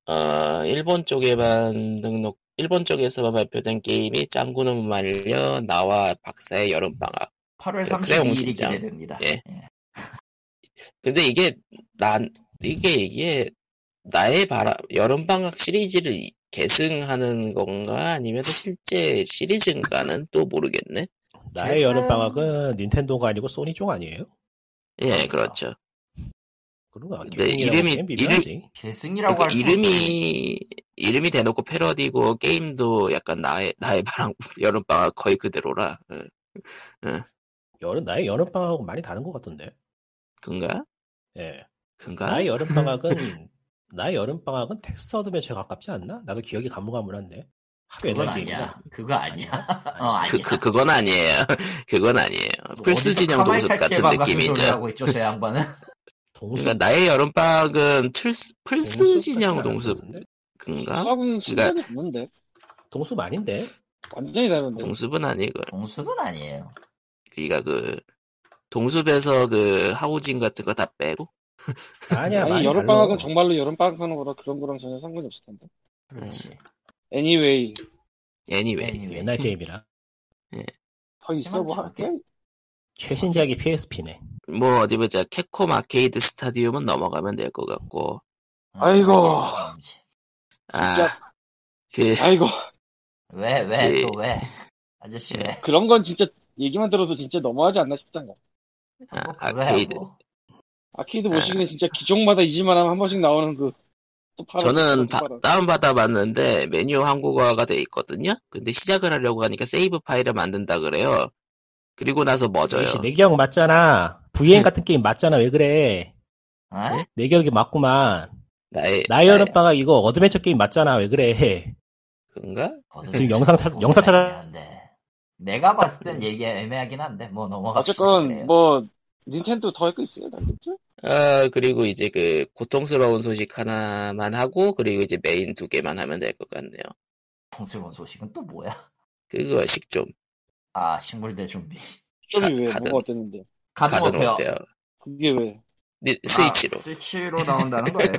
어, 일본 쪽에만 등록 일본 쪽에서만 발표된 게임이 짱구는 말려 나와 박사의 여름방학 8월 그 크레용 32일이 신장. 기대됩니다. 예. 예. 근데 이게 난 이게 이게 나의 바람 여름방학 시리즈를 이- 계승하는 건가 아니면 실제 시리즈인가는 또 모르겠네 나의 재산- 여름 방학은 닌텐도가 아니고 소니 쪽 아니에요? 예 그렇죠 그런가? 근데 네, 이름이- 비밀하지. 계승이라고 그러니까 할수 이름이 이름이 대놓고 패러디고 게임도 약간 나의 나의 바람 *laughs* 여름방학 거의 그대로라 예, 여름 나의 여름 방학은 많이 다른 것 같던데. 그런가 예. 그런가 *laughs* 나의 여름방학은 나의 여름방학은 텍스트 어드벤처에 가깝지 않나? 나도 기억이 가물가물한데 하도 그건 옛날 아니야. 기억이라. 그거 아니야. 어 아니, 그, 아니야. 그, 그건 아니에요. *laughs* 그건 아니에요. 플스 진영 동숲 같은 느낌이죠. 하고 있죠, 저 양반은. *laughs* 동수 그러니까 나의 여름방학은 플스, 플스 동수 진영 같은 동숲, 것 같은데? 그런가? 하고는 상관이 없는데 동수 아닌데 완전히 다른데 동숲은 아니고, 동숲은 아니에요. 그니까 그, 동숲에서 그 하우징 같은 거 다 빼고, 아니야 아니 많이 여름방학은 달라. 정말로 여름방학 하는 거라 그런 거랑 전혀 상관이 없을 텐데 음, 그렇지. anyway anyway. Anyway. 옛날 게임이라 더 있어 심한 뭐 척. 할게 최신작이 PSP네 뭐 어디 보자 캡콤 아케이드 스타디움은 넘어가면 될 것 같고 아이고. 아 그 아이고 예. 왜왜 또 왜? 아저씨 왜? 그런 건 진짜 얘기만 들어도 진짜 너무하지 않나 싶단가. 아, 뭐 그거야, 아케이드 뭐. 아케이드 네. 모시기는 진짜 기종마다 잊을만 하면 한 번씩 나오는 그. 또 팔아, *laughs* 저는 또 바- 팔아. 다운받아 봤는데 메뉴 한국어가 돼 있거든요. 근데 시작을 하려고 하니까 세이브 파일을 만든다 그래요. 그리고 나서 멎어요. 역시 내 기억 맞잖아. VM 같은 게임 맞잖아. 왜 그래? 어? 네? 내 기억이 맞구만. 나의 네. 나이언 오빠가 이거 어드벤처 게임 맞잖아. 왜 그래? *laughs* 그런가? 저도 지금 영상 찾- 영상 찾아- 애매한데. 내가 봤을 예. 땐 얘기 애매하긴 한데 뭐 넘어갑시다. 어쨌건 그래요. 뭐 닌텐도 더 할 거 있어요, 그렇죠? 알겠죠? 아 그리고 이제 그 고통스러운 소식 하나만 하고 그리고 이제 메인 두 개만 하면 될 것 같네요. 통스러운 소식은 또 뭐야? 그거 식좀 아 식물대 준비. 저기 왜 가- 가든. 뭐가 어땠는데? 가든 가든 오페어. 어때요? 그게 왜? 니- 아, 스위치로. 스위치로 나온다는 *laughs* 거예요.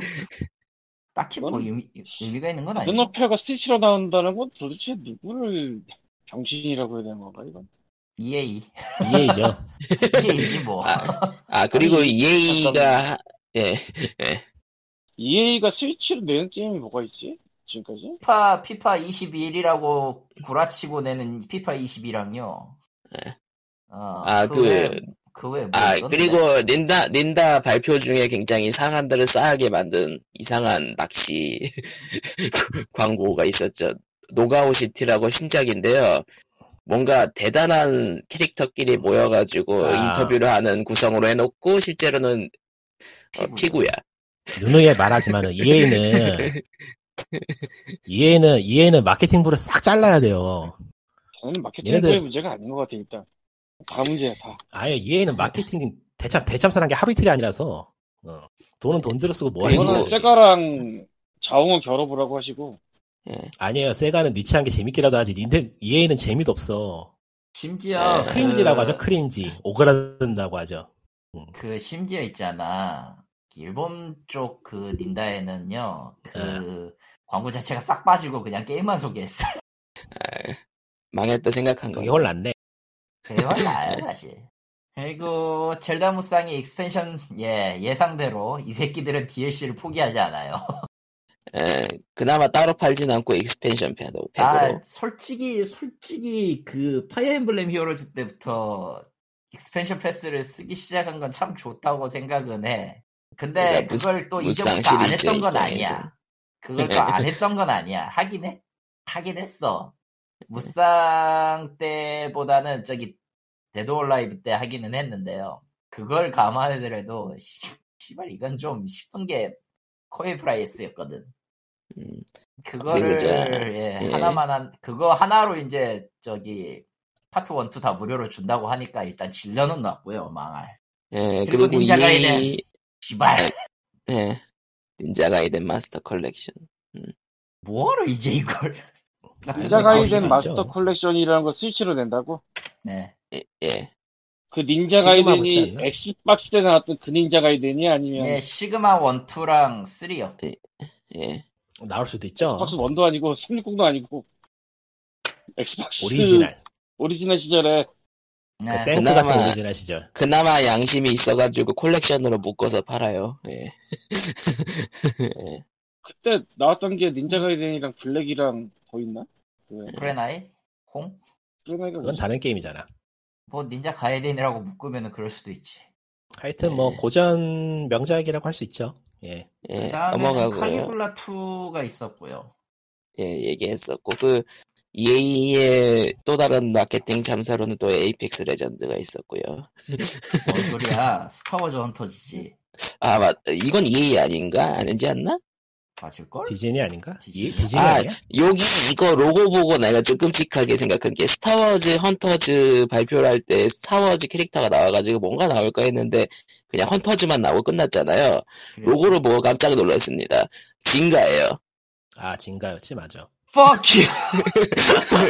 딱히 뭐 그건- 의미, 의미가 있는 건 아니고. 눈높이가 스위치로 나온다는 건 도대체 누구를 병신이라고 해야 되는 건가 이건? EA. 이해이죠. EA지 뭐. 아 그리고 아니, EA가 예 EA가 스위치로 내는 게임이 뭐가 있지? 지금까지? 피파 피파 21이라고 구라치고 내는 피파 22랑요. 어, 네. 아, 그- 아그그왜 뭐 네. 아, 그리고 닌다, 닌다 발표 중에 굉장히 상한들을 싸하게 만든 이상한 낚시 *laughs* 광고가 있었죠. 노가우시티라고 신작인데요. 뭔가 대단한 캐릭터끼리 음. 모여가지고 아. 인터뷰를 하는 구성으로 해놓고 실제로는 어, 피구야. 누누이 말하지만은 EA는 EA는 EA는 마케팅부를 싹 잘라야 돼요. 저는 마케팅의 얘네들- 문제가 아닌 것 같아 일단. 다 문제야 다. 아예 네. EA는 마케팅 대참 대참사란 게 하루 이틀이 아니라서 어. 돈은 돈 들어 쓰고 뭐 그리고- 이거는 해도 세가랑 자웅을 결합보라고 하시고 예. 아니에요. 세가는 니치한 게 재밌기라도 하지. 닌텐 EA는 재미도 없어. 심지어 네. 그- 크린지라고 하죠. 크린지 오그라든다고 하죠. 그 심지어 있잖아. 일본 쪽 그 닌다에는요. 그 네. 광고 자체가 싹 빠지고 그냥 게임만 소개했어. *laughs* 요 망했다 생각한 거. 그러니까. 그게 훨 낫네. 그게 훨씬 나아요 사실. 그리고 젤다 무쌍이 익스펜션 예 예상대로 이 새끼들은 DLC를 포기하지 않아요. 예, 그나마 따로 팔진 않고 익스펜션 팩으로. 아, 팩으로. 솔직히, 솔직히, 그, 파이어 엠블렘 히어로즈 때부터 익스펜션 패스를 쓰기 시작한 건 참 좋다고 생각은 해. 근데 그러니까 무스- 그걸 또 무쌍 이전부터 안 시리즈 했던 건 입장에서. 아니야. 그걸 또 안 했던 건 아니야. 하긴 해. 하긴 했어. 네. 무쌍 때보다는 저기, 데드 올라이브 때 하기는 했는데요. 그걸 감안해더라도, 씨- 씨발, 이건 좀 싶은 게 코에 프라이스였거든. 음, 그거를 그리고 예, 예. 하나만 한 그거 하나로 이제 저기 파트 1, 2 다 무료로 준다고 하니까 일단 질러는 놨고요 망할 예, 그리고 그리고 닌자 EA, 가이덴. 지발 *laughs* 예, 닌자 가이덴 마스터 컬렉션. 뭐하러 이제 이걸 *laughs* 아, 같은 닌자 아, 가이덴 네, 있죠. 마스터 컬렉션이라는 거 스위치로 낸다고? 네 예, 예. 그 닌자 시그마 붙지 가이덴이 않나? 네. 엑스박스 때 나왔던 그 닌자 가이덴이 아니면 예, 시그마 1, 2랑 3요 예. 나올 수도 있죠. 엑스박스 원도 아니고 360도 아니고 엑스박스 오리지널. 오리지널 시절에 그 네. 땡크 그나마- 같은 오리지널 시절. 그나마 양심이 있어가지고 콜렉션으로 묶어서 팔아요. 예. 그때 나왔던 게 닌자 가이덴이랑 블랙이랑 더 있나? 그 프레나이? 홍? 블랙이가 그건 다른 게임이잖아. 뭐 닌자 가이덴이라고 묶으면 그럴 수도 있지 하여튼 뭐 네. 예. 고전 명작이라고 할 수 있죠. 예. 예, 그 다음에는 넘어가고요. 칼리굴라 2가 있었고요 예, 얘기했었고 그 EA의 또 다른 마케팅 참사로는 또 에이펙스 레전드가 있었고요. 뭔 소리야 스타워즈 헌터지지 아, 맞. 이건 EA 아닌가? 아니지 않나? 맞을걸? 디즈니 아닌가? 어? 디즈니? 이- 디즈니 아, 아니야? 여기 이거 로고 보고 내가 좀 끔찍하게 생각한 게 스타워즈 헌터즈 발표를 할 때 스타워즈 캐릭터가 나와가지고 뭔가 나올까 했는데 그냥 헌터즈만 나오고 끝났잖아요. 그래. 로고를 보고 깜짝 놀랐습니다. 진가예요. 아 진가였지 맞아. Fuck you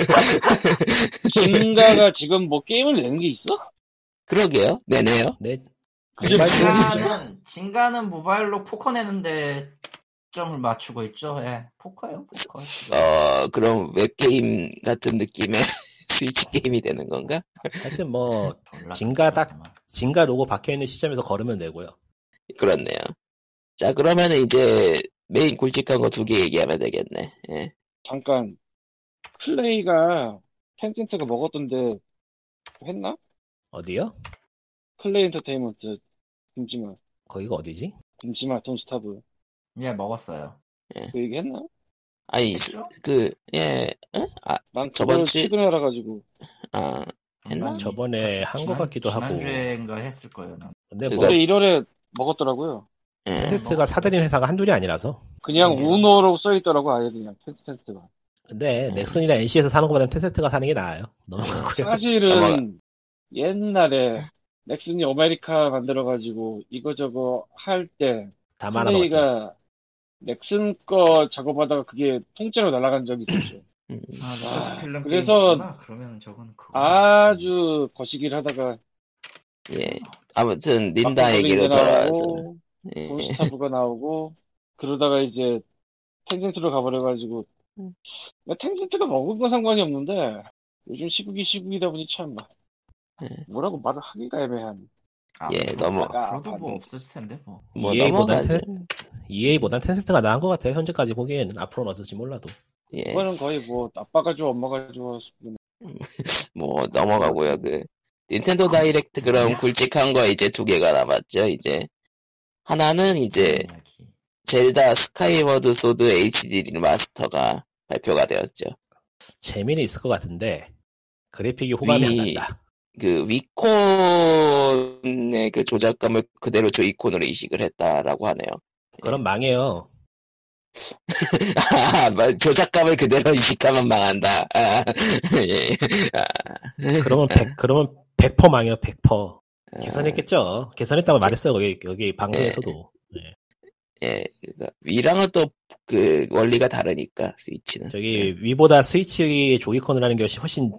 진가가 지금 뭐 게임을 내는 게 있어? 그러게요. 네네요. 네. 그게 모바일 무슨 게임이죠. 진가는 진가는 모바일로 포커 내는데 점을 맞추고 있죠. 예, 포커예요, 포커. 어, 그럼 웹게임 *laughs* 같은 느낌의 스위치 게임이 되는 건가? 하여튼 뭐 졸라 진가 딱- 그렇구만. 진가 로고 박혀있는 시점에서 걸으면 되고요. 그렇네요. 자, 그러면은 이제 메인 굵직한 거 두 개 얘기하면 되겠네. 예. 잠깐 클레이가 텐센트가 먹었던데 했나? 어디요? 클레이 엔터테인먼트 김지마 거기가 어디지? 김지마 돈스타브 예, 먹었어요. 그렇죠? 그 얘기 했나? 아니, 그죠? 그, 예, 응? 아, 난 저번 저번 주- 최근에 알아가지고 아, 했나? 아니, 저번에 네, 한 것 지난- 같기도 하고. 지난주에인가 했을 거예요. 난. 근데 뭐 그거- 네. 올해 1월에 먹었더라고요. 예. 텐센트가 사들인 회사가 한둘이 아니라서. 그냥 네. 음. 우노로 써있더라고 아예 그냥 텐센트가 근데 네. 음. 넥슨이나 NC에서 사는 것보다는 텐센트가 사는 게 나아요. 넘어가고요. 넘어가. 사실은 옛날에 넥슨이 아메리카 만들어가지고 이거저거 할때 다 말아먹었죠. 클레이가 넥슨 거 작업하다가 그게 통째로 날아간 적이 있었죠. *clears throat* 아, 아, 스필름 그래서- 게임이구나. 그러면 저건 그거. 아주 거시기를 하다가 예. 아무튼, 닌다 마크 얘기로 블레이드 돌아와서. 나오고 뭐 예. 본스타브가 나오고 그러다가 이제 텐센트로 가버려가지고 음. 뭐 텐센트가 먹은 건 상관이 없는데 요즘 시국이 시국이다 보니 참 예. 뭐라고 말을 하기가 애매한 아, 예, 그거- 넘어. 앞으로도 뭐 없을 텐데 뭐. 뭐 EA보단 넘어가죠. EA보단 텐센트가 E 나은 것 같아요. 현재까지 보기에는 앞으로는 어떨지 몰라도. 예. 그거는 거의 뭐 아빠가 좋아 엄마가 좋아 뭐, 넘어가고요. 그, 아, 닌텐도 다이렉트 그럼 굵직한 거 이제 두 개가 남았죠, 이제. 하나는 이제, 음. 이야기. 젤다 스카이워드 소드 HD 리마스터가 발표가 되었죠. 재미는 있을 것 같은데 그래픽이 호감이 안 위- 난다. 그 위콘의 그 조작감을 그대로 조이콘으로 이식을 했다라고 하네요. *laughs* 그럼 망해요. 아, 뭐, 조작감을 그대로 *laughs* 이식하면 망한다. *laughs* 아, 예. 아, 그러면 100, 그러면 100% 망해요. 아, 100%. 계산했겠죠. 계산했다고 말했어요. 여기 여기 방송에서도. 네. 예. 그러니까 위랑은 또 그 원리가 다르니까 스위치는. 저기 위보다 스위치 조이콘을 하는 게 훨씬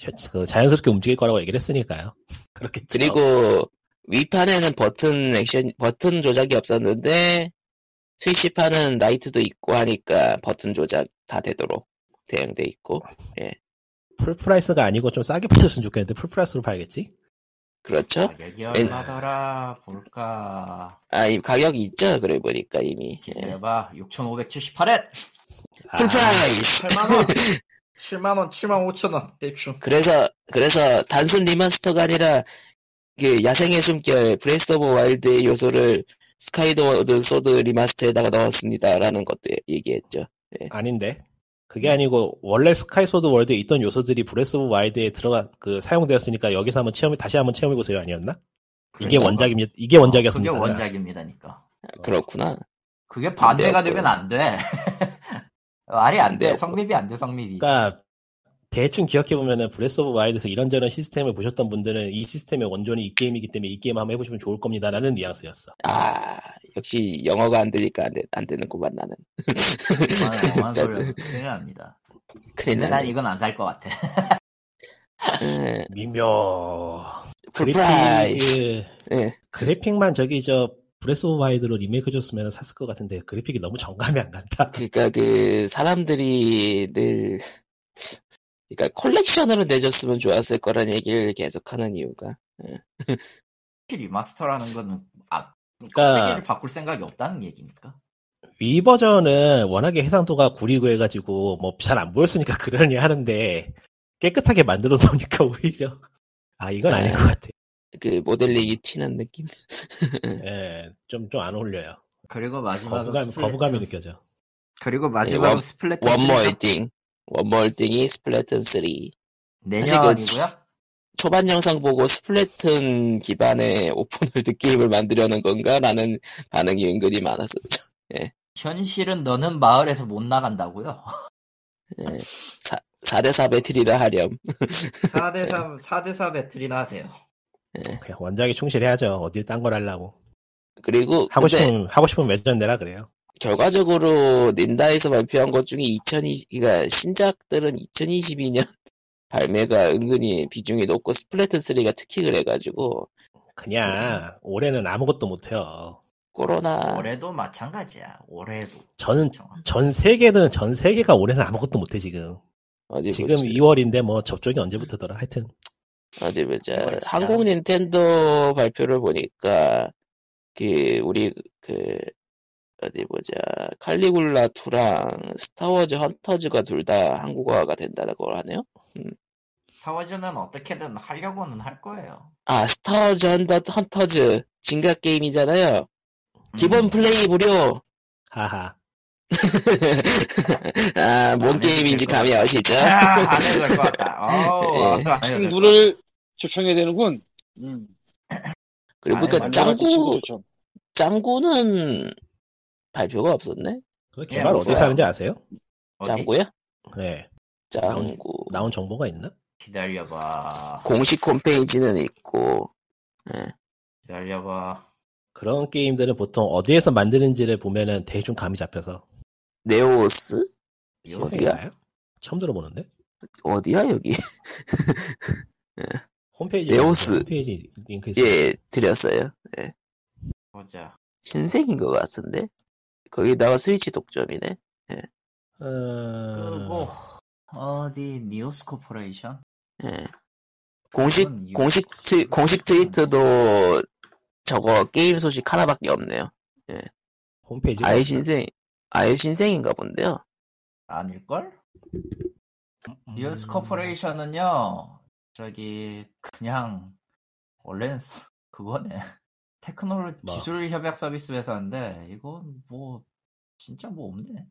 혀- 그 자연스럽게 움직일 거라고 얘기를 했으니까요. 그렇겠죠. 그리고 위판에는 버튼 액션 버튼 조작이 없었는데 스위치판은 라이트도 있고 하니까 버튼 조작 다 되도록 대응돼 있고 풀 프라이스가 아니고 좀 싸게 팔렸으면 좋겠는데 풀 프라이스로 팔겠지? 그렇죠? 가격이 얼마더라 볼까. 아, 이 가격이 있죠? 그래 보니까 이미. 예. 대박 6,578엔 아, 풀프라이스! 8만 *laughs* 원. 7만 원, 7만 5천 원 대충. 그래서, 그래서 단순 리마스터가 아니라, 그, 야생의 숨결, 브레스 오브 와일드의 요소를 스카이도어드 소드 리마스터에다가 넣었습니다. 라는 것도 얘- 얘기했죠. 아닌데. 그게 아니고 원래 스카이 소드 월드에 있던 요소들이 브레스 오브 와일드에 들어가 그 사용되었으니까 여기서 한번 체험 다시 한번 체험해 보세요 아니었나? 이게 그래서- 원작입니다. 이게 원작이었습니다. 그렇죠. 뭐, 어, 그게 원작입니다니까. 그렇구나. 그게 반대가 근데요, 되면 안 돼. *laughs* 어, 말이 안 돼. 근데요, 성립이 안 돼, 성립이. 그러니까 대충 기억해 보면은 브레스 오브 와일드에서 이런저런 시스템을 보셨던 분들은 이 시스템의 원조는 이 게임이기 때문에 이 게임 한번 해보시면 좋을 겁니다라는 뉘앙스였어. 아, 역시 영어가 안 되니까 안, 되, 안 되는구만, 나는. *laughs* 정말 그러니까 엄한 자, 소리로 큰일 납니다. 큰일 근데 난 나네. 이건 안 살 것 같아. 예, 미묘. 풀프라이스. 그래픽 예. 그래픽만 저기 저 브레스 오브 와일드로 리메이크 해줬으면 샀을 것 같은데 그래픽이 너무 정감이 안 간다. *laughs* 그러니까 그, 사람들이 늘, 그러니까 콜렉션으로 내줬으면 좋았을 거란 얘기를 계속하는 이유가. 리마스터라는 거는 아, 그러니까- 껍데기를 바꿀 생각이 없다는 얘기니까. 위 버전은 워낙에 해상도가 구리고 해가지고 뭐 잘 안 보였으니까 *laughs* 그러니 하는데 깨끗하게 만들어 놓으니까 오히려 아 이건 아닌 것 같아. 그 모델링이 튀는 느낌? 예, 좀 좀 안 어울려요. 그리고 마지막은 거부감 스플래터. 거부감이 느껴져. 그리고 예, 마지막은 원- 스플래터 네, 원모 그렇죠. 3가 일딩. 원모 일딩이 스플래툰 3. 내년이고요. 초반 영상 보고 스플래툰 기반의 *laughs* 오픈월드 게임을 만들려는 건가? 라는 반응이 은근히 많았었죠. 현실은 너는 마을에서 못 나간다고요. 4대4 배틀이라 하렴. 4대3 4대4 배틀이나 하세요. 그냥 원작에 충실해야죠. 어딜 딴 걸 하려고. 그리고 하고 근데 싶으면 하고 싶으면 매전 내라 그래요. 결과적으로 닌다에서 발표한 것 중에 2020, 그러니까 신작들은 2022년 *laughs* 발매가 은근히 비중이 높고 스플래툰 3가 특히 그래가지고 음, 그냥 올해는 아무것도 못해요. 코로나 올해도 마찬가지야. 올해도 아. 저는 정확히. 전 세계는 전 세계가 올해는 아무것도 못해 지금. 어디 지금 보지? 2월인데 뭐 접종이 언제부터더라. 하여튼 어디 뭐가 보자. 있지? 한국 닌텐도 발표를 보니까 그 우리 그 어디 보자. 칼리굴라 2랑 스타워즈 헌터즈가 둘 다 한국어가 된다고 하네요. 타워즈는 어떻게든 하려고는 할 거예요. 아 스타워즈 헌터, 헌터즈 진각 게임이잖아요. 기본 음, 플레이 무료. 하하. 아, 뭔 안 해도 게임인지 될 감이 오시죠? 아, 안 해도 될 것 같다. 예. 어우, 안 해도 될것 같다. 친구를 초청해야 되는군. 음. 그리고 아니, 네, 보니까 완전 짱구, 친구 초청. 짱구는 발표가 없었네? 그 예, 개발 어디서 없어요. 하는지 아세요? 어디? 짱구요? 네. 짱구. 나온 정보가 있나? 기다려봐. 공식 홈페이지는 있고, 기다려봐. 그런 게임들은 보통 어디에서 만드는지를 보면은 대충 감이 잡혀서. 네오스? 어디야? 요새가요? 처음 들어보는데? 어디야, 여기? *laughs* 홈페이지 네오스. 홈페이지 링크 있어요. 예, 드렸어요. 보자. 신생인 것 같은데? 거기다가 스위치 독점이네? 어... 그리고 뭐 어디 니오스 코퍼레이션? 예. 공식, 그건 아, 이유- 공식, 트, 공식 트위터도 저거 게임 소식 하나밖에 없네요. 홈페이지 아예 신생, 아예 신생인가 본데요. 아닐걸? 니오스 음. 코퍼레이션은요 저기 그냥 원래는 사- 그거네 테크놀 뭐. 기술 협약 서비스 회사인데 이건 뭐 진짜 뭐 없네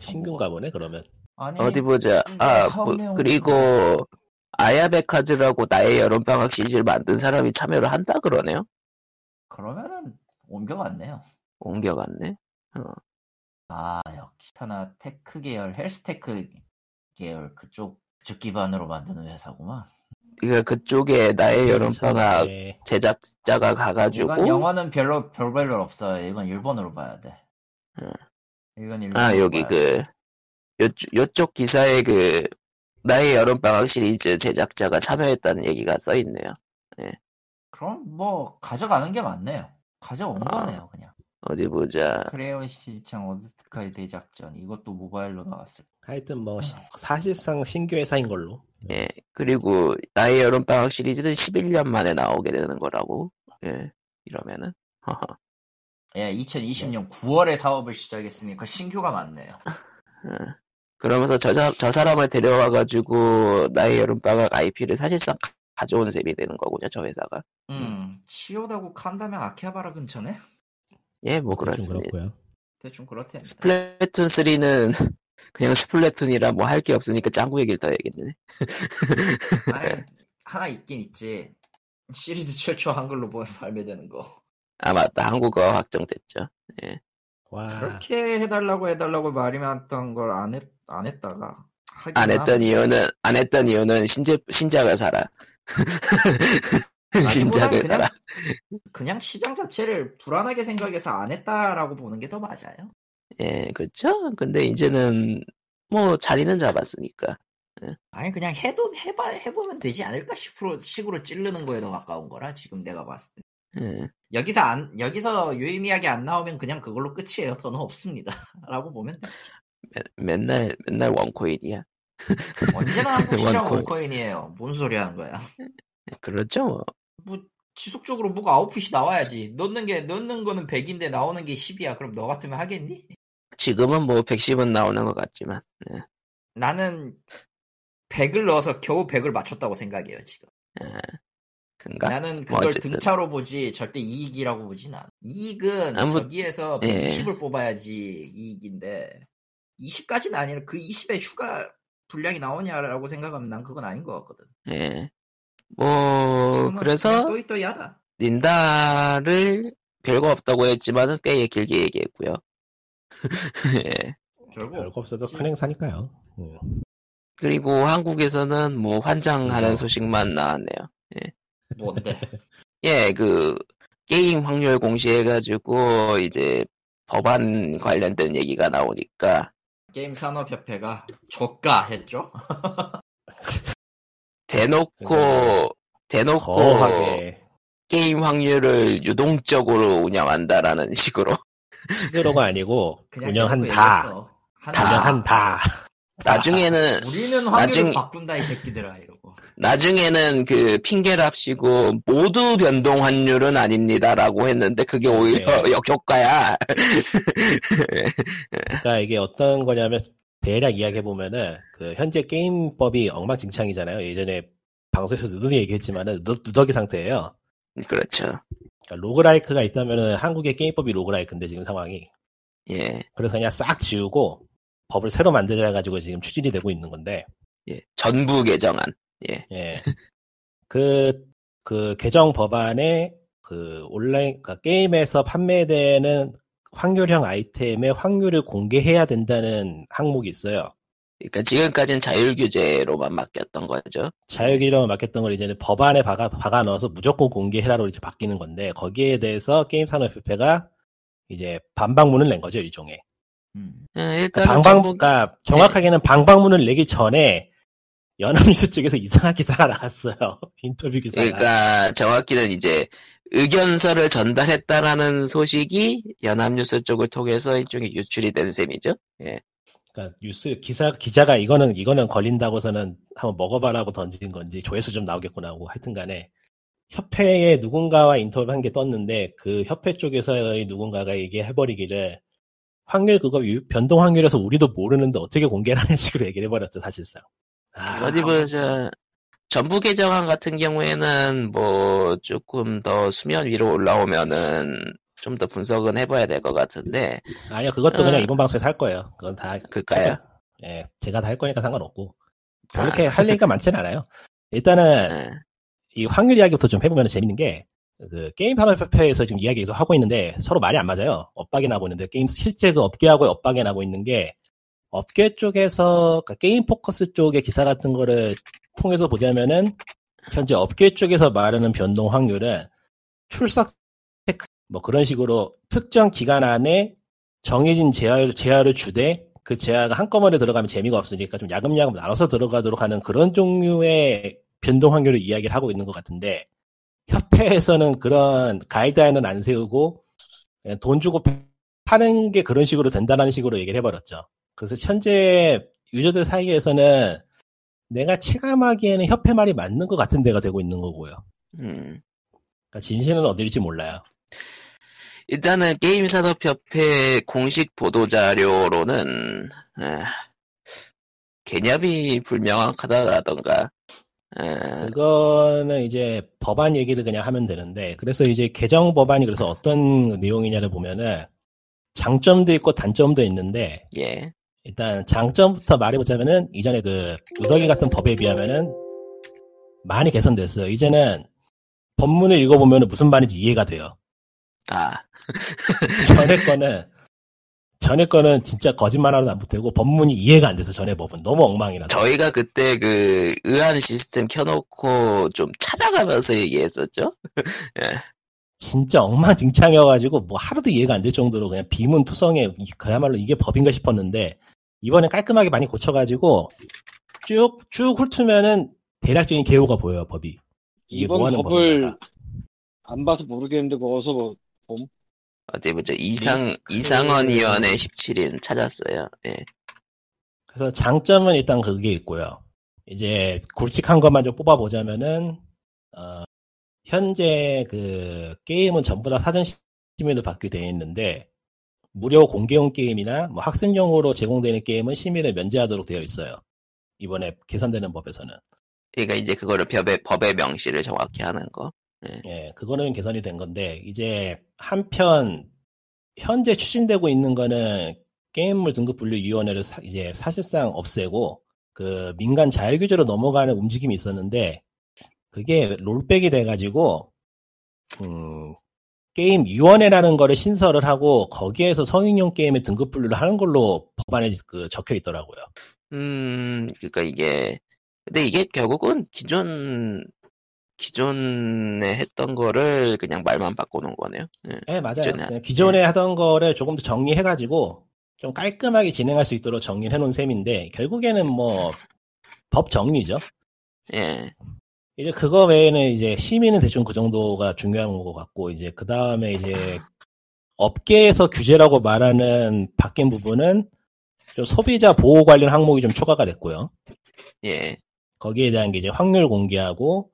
신규인가 뭐 보네 그러면. 아니 어디 보자. 네, 아, 사업 뭐, 내용 그리고 아야베카즈라고 나의 여름방학 시즌을 만든 사람이 참여를 한다 그러네요. 그러면은 옮겨갔네요 옮겨갔네. 아 역시 하나 테크 계열 헬스테크 계열 그쪽 그쪽 기반으로 만드는 회사구만 그러니까 그쪽에 나의 그렇죠. 여름방학 예. 제작자가 네, 뭐, 이건 가가지고 영어는 별로 별별로 없어요 이건 일본으로 봐야 돼 음. 이건 일본으로 아 여기 봐야 돼. 그 요, 요쪽 기사에 그 나의 여름방학 시리즈 제작자가 참여했다는 얘기가 써 있네요. 그럼 뭐 가져가는 게 맞네요. 가져온 아. 거네요, 그냥. 어디 보자. 크레온 시장 어드스카이 대작전 이것도 모바일로 나왔을 거. 하여튼 뭐 시- 사실상 신규 회사인 걸로. 예. 그리고 나의 여름방학 시리즈는 11년 만에 나오게 되는 거라고. 예. 이러면은. 허허. 예, 네. 2020년 9월에 사업을 시작했으니까 신규가 많네요. 아. 응. 예. 그러면서 저, 사- 저 사람을 데려와가지고 나의 여름방학 IP를 사실상 가- 가져온 셈이 되는 거군요, 저 회사가. 음, 치오다고 칸다면 아키하바라 근처네? 예, 뭐 대충 그렇습니다. 그렇고요. 대충 그렇대. 스플래툰 3는 *laughs* 그냥 스플래툰이라 뭐 할 게 없으니까 짱구 얘기를 더 해야겠네. 아니, 하나 있긴 있지. 시리즈 최초 한글로 보- 발매되는 거. 아, 맞다. 한국어 확정됐죠. 아. 와. 그렇게 해달라고 해달라고 말이 많았던 걸 안 했, 안 했다가. 하긴 안 했던 함. 이유는, 안 했던 이유는 신제, 신작을 사라. 아니보다는 *laughs* 신작을 그냥, 사라. 그냥 시장 자체를 불안하게 생각해서 안 했다라고 보는 게 더 맞아요. 예, 그렇죠. 근데 이제는 뭐 자리는 잡았으니까. 아니 그냥 해도 해봐 해보면 되지 않을까 싶으로 식으로 찌르는 거에 더 가까운 거라 지금 내가 봤을 때 예. 여기서 안 여기서 유의미하게 안 나오면 그냥 그걸로 끝이에요. 더는 없습니다.라고 *laughs* 보면 돼. 맨- 맨날, 맨날 원코인이야. 예, 언제나 한국 시장 *laughs* 원코인. 원코인이에요. 뭔 소리 하는 거야? 그렇죠, 뭐. 뭐 지속적으로 뭐가 아웃풋이 나와야지. 넣는 게 넣는 거는 100인데 나오는 게 10이야. 그럼 너 같으면 하겠니? 지금은 뭐 110은 나오는 것 같지만 나는 100을 넣어서 겨우 100을 맞췄다고 생각해요 지금. 그니까 뭐 나는 그걸 그러니까 어쨌든. 등차로 보지 절대 이익이라고 보진 않아. 이익은 아무- 저기에서 예. 20을 뽑아야지 이익인데 20까지는 아니라 그 20에 추가 분량이 나오냐라고 생각하면 난 그건 아닌 것 같거든. 예뭐 어, 지금은 그냥 그래서 또이또이하다. 닌다를 별거 없다고 했지만은 꽤 길게 얘기했고요 *laughs* 예. 결국 별거 없어도 지- 큰 행사니까요. 음. 그리고 한국에서는 뭐 환장하는 어. 소식만 나왔네요 뭔데? *laughs* 예 그 게임 확률 공시해가지고 이제 법안 관련된 얘기가 나오니까 게임 산업협회가 저가 했죠? 대놓고 대놓고 네. 거하게 게임 확률을 유동적으로 운영한다라는 *laughs* 식으로 시그로가 아니고 그냥 운영한다. 대놓고 얘기했어. 한다. 운영한다. 나중에는 우리는 확률을 나중- 바꾼다 이 새끼들아 이러고. 나중에는 그 핑계랍시고 모두 변동 환율은 아닙니다라고 했는데 그게 오히려 *laughs* 네. 역효과야. 그러니까 이게 어떤 거냐면 대략 이야기해 보면은 그 현재 게임법이 엉망진창이잖아요. 예전에 방송에서 누누이 얘기했지만은 누, 누더기 상태예요. 그렇죠. 그러니까 로그라이크가 있다면은 한국의 게임법이 로그라이크인데 지금 상황이 예. 그래서 그냥 싹 지우고 법을 새로 만들자 가지고 지금 추진이 되고 있는 건데 예. 전부 개정안. 예. 그, 그 개정 법안에 그 온라인, 그러니까 게임에서 판매되는 확률형 아이템의 확률을 공개해야 된다는 항목이 있어요. 그러니까 지금까지는 자율 규제로만 맡겼던 거죠. 자유기로 맡겼던 걸 이제는 법안에 박아, 박아 넣어서 무조건 공개해라로 이제 바뀌는 건데 거기에 대해서 게임산업협회가 이제 반박문을 낸 거죠 일종의 음. 예, 일단 방방 그러니까 정확하게는 방방문을 내기 전에 연합뉴스 쪽에서 *laughs* 이상한 기사가 나왔어요 *laughs* 인터뷰 기사가 그러니까 정확히는 이제 의견서를 전달했다라는 소식이 연합뉴스 쪽을 통해서 일종의 유출이 된 셈이죠. 예. 그러니까 뉴스 기사 기자가 이거는 이거는 걸린다고서는 한번 먹어봐라고 던진 건지 조회수 좀 나오겠구나 하고 하여튼간에 협회에 누군가와 인터뷰 한 게 떴는데 그 협회 쪽에서의 누군가가 얘기해버리기를 확률 그거 유- 변동 확률에서 우리도 모르는데 어떻게 공개를 하는 *laughs* 식으로 얘기를 해버렸죠 사실상. 아, 어디 보자. 전부 개정안 같은 경우에는 뭐 조금 더 수면 위로 올라오면은 좀 더 분석은 해봐야 될 것 같은데 아니요 그것도 그냥 아. 이번 방송에서 할 거예요. 그건 다 그까요? 예, 제가 다 할 거니까 상관없고 아. 그렇게 할 얘기가 많진 않아요. 일단은 예. 이 확률 이야기부터 좀 해보면 재밌는 게, 그, 게임 산업협회에서 지금 이야기 계속 하고 있는데, 서로 말이 안 맞아요. 엇박이 나고 있는데, 게임, 실제 그 업계하고의 엇박이 나고 있는 게, 업계 쪽에서, 그러니까 게임 포커스 쪽의 기사 같은 거를 통해서 보자면은, 현재 업계 쪽에서 말하는 변동 확률은, 출석 체크, 뭐 그런 식으로 특정 기간 안에 정해진 제한, 제한을 주되, 그 제한가 한꺼번에 들어가면 재미가 없으니까 좀 야금야금 나눠서 들어가도록 하는 그런 종류의 변동 확률을 이야기를 하고 있는 것 같은데 협회에서는 그런 가이드라인은 안 세우고 그냥 돈 주고 파는 게 그런 식으로 된다는 식으로 얘기를 해버렸죠. 그래서 현재 유저들 사이에서는 내가 체감하기에는 협회 말이 맞는 것 같은 데가 되고 있는 거고요. 음. 그러니까 진실은 어딜지 몰라요. 일단은 게임산업협회 공식 보도자료로는 에, 개념이 불명확하다라던가 예, 에, 그거는 이제 법안 얘기를 그냥 하면 되는데 그래서 이제 개정 법안이 그래서 어떤 내용이냐를 보면은 장점도 있고 단점도 있는데 예, 일단 장점부터 말해보자면은 이전에 그 누더기 같은 법에 비하면은 많이 개선됐어요. 이제는 법문을 읽어보면 무슨 말인지 이해가 돼요. *laughs* 아, 전에 거는 전에 거는 진짜 거짓말하고도 안 붙고 법문이 이해가 안 돼서 전에 법은 너무 엉망이라서 저희가 그때 그 의안 시스템 켜놓고 좀 찾아가면서 얘기했었죠. 진짜 엉망진창이어가지고 뭐 하루도 이해가 안 될 정도로 그냥 비문투성에 이- 그야말로 이게 법인가 싶었는데 이번에 깔끔하게 많이 고쳐가지고 쭉 쭉 훑으면은 대략적인 개요가 보여요 법이 이게 이번 뭐 하는 법을 법인가 안 봐서 모르겠는데 그거 어서 뭐- 어디 보자 이상 이상원 위원회 17인 찾았어요. 예, 그래서 장점은 일단 그게 있고요. 이제 굵직한 것만 좀 뽑아보자면은 어, 현재 그 게임은 전부 다 사전 심의를 받게 돼 있는데 무료 공개용 게임이나 뭐 학습용으로 제공되는 게임은 심의를 면제하도록 되어 있어요. 이번에 개선되는 법에서는 그러니까 이제 그거를 법의 법의 명시를 정확히 하는 거. 예 그거는 개선이 된 건데 이제 한편 현재 추진되고 있는 거는 게임물 등급 분류 위원회를 사- 이제 사실상 없애고 그 민간 자율 규제로 넘어가는 움직임이 있었는데 그게 롤백이 돼가지고 음, 게임 위원회라는 거를 신설을 하고 거기에서 성인용 게임의 등급 분류를 하는 걸로 법안에 그 적혀 있더라고요. 음, 그러니까 이게 근데 이게 결국은 기존 기존에 했던 거를 그냥 말만 바꿔놓은 거네요. 예. 네, 맞아요. 기존에- 그냥 기존에 하던 거를 조금 더 정리해가지고 좀 깔끔하게 진행할 수 있도록 정리를 해놓은 셈인데 결국에는 뭐 법 정리죠. 예. 이제 그거 외에는 이제 시민은 대충 그 정도가 중요한 것 같고 이제 그 다음에 이제 업계에서 규제라고 말하는 바뀐 부분은 좀 소비자 보호 관련 항목이 좀 추가가 됐고요. 예. 거기에 대한 게 이제 확률 공개하고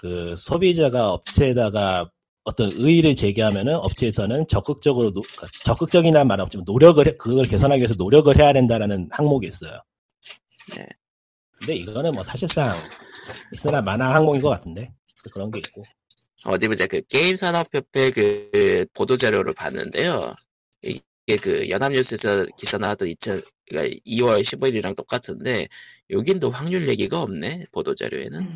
그 소비자가 업체에다가 어떤 의의를 제기하면은 업체에서는 적극적으로 노- 그러니까 적극적이나 말은 없지만 노력을 해- 그걸 개선하기 위해서 노력을 해야 된다라는 항목이 있어요. 네. 근데 이거는 뭐 사실상 있으나 마나 항목인 것 같은데 그런 게 있고 어디 보자 그 게임 산업협회 그 보도 자료를 봤는데요. 이게 그 연합뉴스에서 기사 나왔던 2000 그러니까 2월 15일이랑 똑같은데 여긴 또 확률 얘기가 없네 보도 음. 자료에는.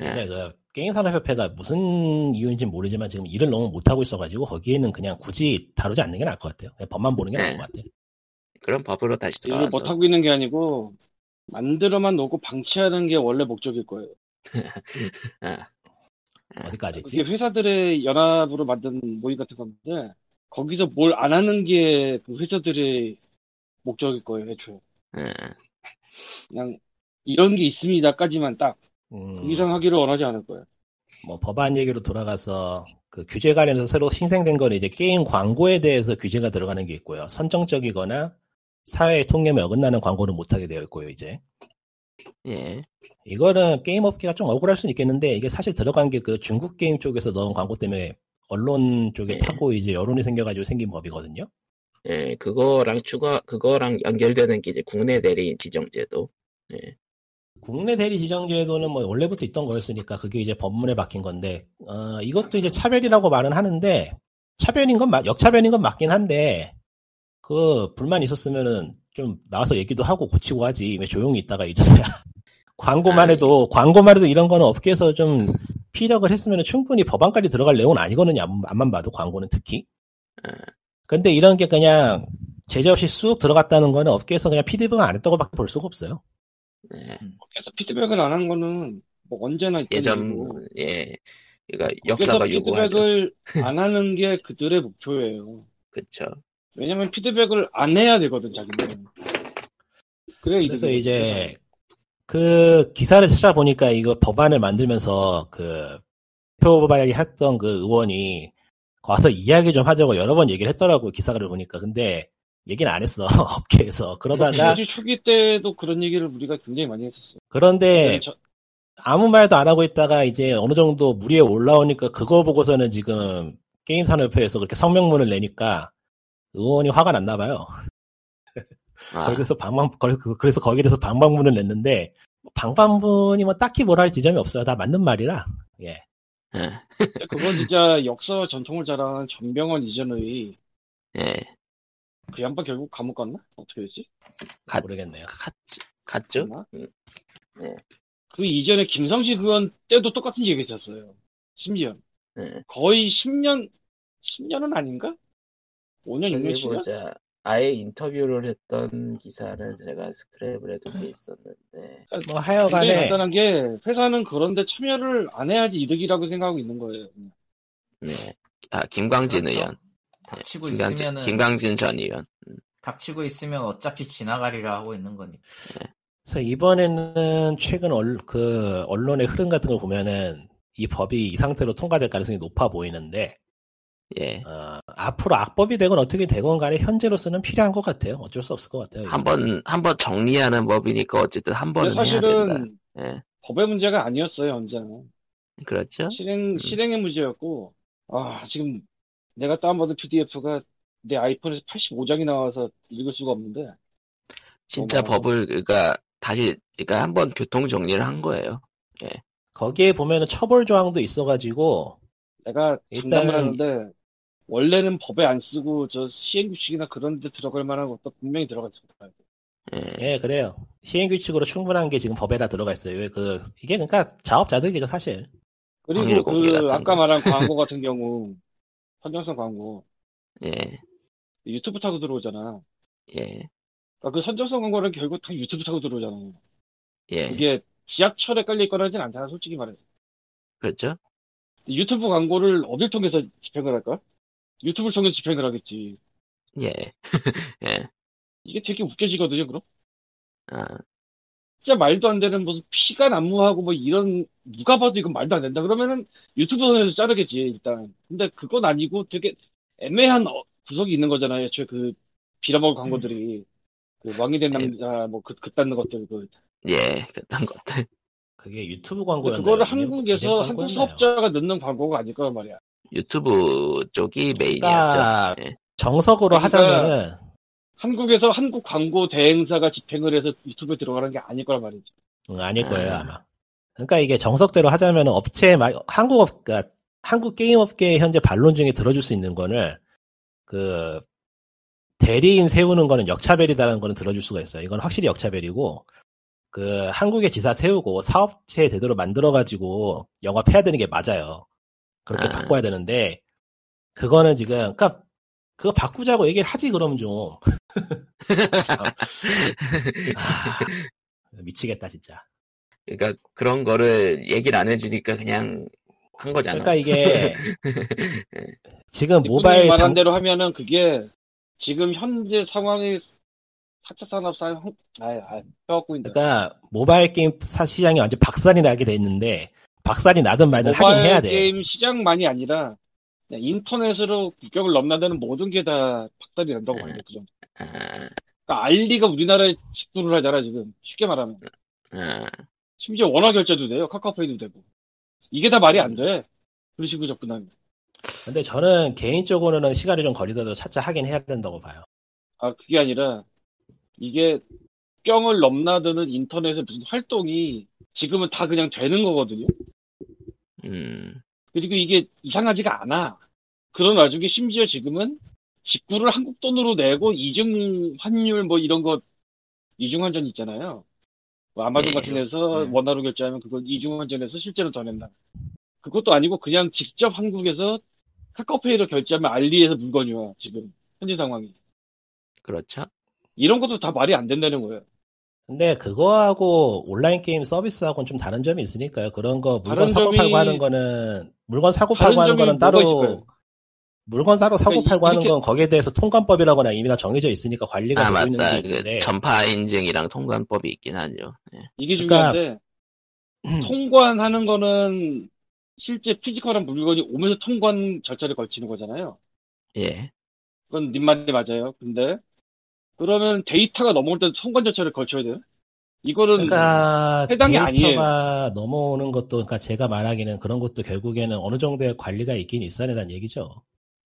네. 근데 그 게임 산업협회가 무슨 이유인지 는 모르지만 지금 일을 너무 못 하고 있어가지고 거기에는 그냥 굳이 다루지 않는 게 나을 것 같아요. 그냥 법만 보는 게 나을 네. 것 같아요. 그런 법으로 다시 일을 돌아와서 못하고 있는 게 아니고 만들어만 놓고 방치하는 게 원래 목적일 거예요. 어디까지 이게 했지? 회사들의 연합으로 만든 모임 같은 건데 거기서 뭘 안 하는 게 그 회사들의 목적일 거예요. 애초에 예. 그냥 이런 게 있습니다까지만 딱 음. 그 이상 하기를 원하지 않을 거예요. 뭐 법안 얘기로 돌아가서 그 규제 관련해서 새로 생생된 건 이제 게임 광고에 대해서 규제가 들어가는 게 있고요. 선정적이거나 사회의 통념에 어긋나는 광고는 못하게 되어 있고요. 이제 예. 이거는 게임 업계가 좀 억울할 수는 있겠는데 이게 사실 들어간 게 그 중국 게임 쪽에서 넣은 광고 때문에 언론 쪽에 예. 타고 이제 여론이 생겨가지고 생긴 법이거든요. 예, 그거랑 추가 그거랑 연결되는 게 이제 국내 대리인 지정제도. 국내 대리 지정제도는 뭐 원래부터 있던 거였으니까 그게 이제 법문에 박힌 건데 어, 이것도 이제 차별이라고 말은 하는데 차별인 건 맞- 역차별인 건 맞긴 한데 그 불만 있었으면은 좀 나와서 얘기도 하고 고치고 하지 왜 조용히 있다가 이제서야 *laughs* 광고만 아, 해도 광고만 해도 이런 거는 업계에서 좀 피력을 했으면 충분히 법안까지 들어갈 내용은 아니거든요 암- 암만 봐도 광고는 특히 아. 근데 이런 게 그냥 제재 없이 쑥 들어갔다는 거는 업계에서 그냥 피드백을 안 했다고밖에 볼 수가 없어요 예. 그래서 피드백을 안 한 거는 뭐 언제나 있던 일이고 예전 예. 그러니까 그래서 역사가 요구하죠. 피드백을 안 하는 게 그들의 목표예요. 그렇죠. 왜냐면 피드백을 안 해야 되거든 자기는. 그래 그래서 이제 그 기사를 찾아보니까 이거 법안을 만들면서 그 대표 법안이 했던 그 의원이 와서 이야기 좀 하자고 여러 번 얘기를 했더라고 기사를 보니까 근데 얘기는 안 했어 *laughs* 업계에서 그러다가 지 초기 때도 그런 얘기를 우리가 굉장히 많이 했었어요. 그런데 저- 아무 말도 안 하고 있다가 이제 어느 정도 무리에 올라오니까 그거 보고서는 지금 게임 산업협회에서 그렇게 성명문을 내니까 의원이 화가 났나 봐요. 아, 거기서 방방 그래서- 그래서 거기에 대해서 방방문을 냈는데 방방문이 뭐 딱히 뭐라 할 지점이 없어요. 다 맞는 말이라. 예. 예. 그건 진짜 역사 전통을 자랑한 전병헌 이전의 예. 그 양반 결국 감옥 갔나? 어떻게 됐지? 갓- 모르겠네요. 갔 갔죠? 갔나? 음. 네. 그 이전에 김성식 의원 때도 똑같은 얘기 했었어요. 심지어 예. 거의 10년, 10년은 아닌가? 5년, 6년, 여기 7년? 보자. 아예 인터뷰를 했던 기사를 제가 스크랩을 해둔 게 있었는데, 뭐 굉장히 하여간에 간단한 게 회사는 그런데 참여를 안 해야지 이득이라고 생각하고 있는 거예요. 네. 아 김광진 그렇죠. 의원, 네, 닥치고 김광진, 있으면은 김광진 전 의원. 닥치고 있으면 어차피 지나가리라 하고 있는 거니까. 그래서 이번에는 최근 얼, 그 언론의 흐름 같은 걸 보면은 이 법이 이 상태로 통과될 가능성이 높아 보이는데 예. 어, 앞으로 악법이 되건 어떻게 되건 간에 현재로서는 필요한 것 같아요. 어쩔 수 없을 것 같아요. 한번 한번 정리하는 법이니까 어쨌든 한 근데 번은 해야 된다. 사실은 예. 법의 문제가 아니었어요, 언제는. 그렇죠? 실행, 실행의 문제였고, 아, 지금 내가 다운받은 PDF가 내 아이폰에서 85장이 나와서 읽을 수가 없는데, 진짜 어머. 법을 그러니까 다시 그러니까 한번 교통 정리를 한 거예요. 거기에 보면은 처벌 조항도 있어가지고 내가 일단은- 장담을 하는데, 원래는 법에 안 쓰고 저 시행규칙이나 그런 데 들어갈 만한 것도 분명히 들어갈 수 있다. 예. 예 그래요. 시행 규칙으로 충분한 게 지금 법에 다 들어가 있어요. 왜 그 이게 그러니까 자업자득이죠 사실. 그리고 확률 공개 같은 그 아까 거. 말한 광고 같은 경우, *laughs* 선정성 광고, 예. 유튜브 타고 들어오잖아. 예. 그러니까 그 선정성 광고는 결국 다 유튜브 타고 들어오잖아. 예. 그게 지하철에 깔릴 거라진 않잖아, 솔직히 말해. 그렇죠? 유튜브 광고를 어딜 통해서 집행을 할까? 유튜브를 통해서 집행을 하겠지. 예. *laughs* 예. 이게 되게 웃겨지거든요, 그럼? 아, 진짜 말도 안 되는 무슨 피가 난무하고 뭐 이런, 누가 봐도 이건 말도 안 된다. 그러면은 유튜브 선에서 자르겠지, 일단. 근데 그건 아니고 되게 애매한 어- 구석이 있는 거잖아요. 애초에 그 빌어먹은 음. 광고들이 그 왕이 된 남자 뭐 그, 그딴 것들 그 예, 그딴 것들. 그게 유튜브 광고였나요? 그거를 인앱- 한국에서 인앱 한국 광고였나요? 예. 사업자가 넣는 광고가 아닐 거란 말이야. 유튜브 쪽이 메인이었죠. 그러니까 예. 정석으로 그러니까- 하자면은 한국에서 한국 광고 대행사가 집행을 해서 유튜브에 들어가는 게 아닐 거란 말이지. 응, 음, 아닐 거예요 아. 아마. 그러니까 이게 정석대로 하자면 업체 말 한국 업 그러니까 한국 게임 업계의 현재 반론 중에 들어줄 수 있는 거는 그 대리인 세우는 거는 역차별이다라는 거는 들어줄 수가 있어요. 이건 확실히 역차별이고 그 한국의 지사 세우고 사업체 제대로 만들어 가지고 영업해야 되는 게 맞아요. 그렇게 아. 바꿔야 되는데 그거는 지금 그러니까 그거 바꾸자고 얘기를 하지 그럼 좀 *laughs* 참. 아, 미치겠다 진짜. 그러니까 그런 거를 얘기를 안 해주니까 그냥 한 거잖아. 그러니까 *laughs* 이게 지금 대표님이 모바일 말한 당... 대로 하면은 그게 지금 현재 상황이 4차 산업 사회 형- 아예 아예 펴갖고 있는 그러니까 모바일 게임 사- 시장이 완전 박살이 나게 돼 있는데 박살이 나든 말든 하긴 해야 모바일 돼. 게임 시장만이 아니라 그냥 인터넷으로 국경을 넘나드는 모든 게 다 박살이 난다고 봐요. 그 정도. 아, 그러니까 알리가 우리나라에 직구를 하잖아 지금 쉽게 말하면 아, 심지어 원화 결제도 돼요 카카오페이도 되고 이게 다 말이 안 돼 그런 식으로 접근하면 근데 저는 개인적으로는 시간이 좀 걸리더라도 차차 하긴 해야 된다고 봐요. 아 그게 아니라 이게 국경을 넘나드는 인터넷의 무슨 활동이 지금은 다 그냥 되는 거거든요 음, 그리고 이게 이상하지가 않아. 그런 와중에 심지어 지금은 직구를 한국 돈으로 내고 이중 환율 뭐 이런 거 이중 환전 있잖아요. 뭐 아마존 네. 같은 데서 음. 원화로 결제하면 그걸 이중 환전해서 실제로 더 낸다. 그것도 아니고 그냥 직접 한국에서 카카오페이로 결제하면 알리에서 물건이 와 지금 현재 상황이 그렇죠. 이런 것도 다 말이 안 된다는 거예요. 근데 그거하고 온라인 게임 서비스하고는 좀 다른 점이 있으니까요. 그런 거 물건 다른 사고 점이- 팔고 하는 거는 물건 사고 다른 팔고 하는 점이 뭐가 거는 따로 있을까요? 물건 사고 사고 그러니까 팔고 하는 이렇게- 건 거기에 대해서 통관법이라거나 이미나 정해져 있으니까 관리가 아 되고 있는 맞다. 게 그 *clears throat* 있는데 전파 인증이랑 통관법이 있긴 하죠. 예. 이게 그러니까- 음. 중요한데 통관하는 거는 실제 피지컬한 물건이 오면서 통관 절차를 걸치는 거잖아요. 예. 그건 님 말이 맞아요. 근데 그러면 데이터가 넘어올 때 통관 절차를 걸쳐야 돼요? 이거는 그러니까 해당이 데이터가 넘어오는 것도 그러니까 제가 말하기는 그런 것도 결국에는 어느 정도의 관리가 있긴 있어야 된다는 얘기죠.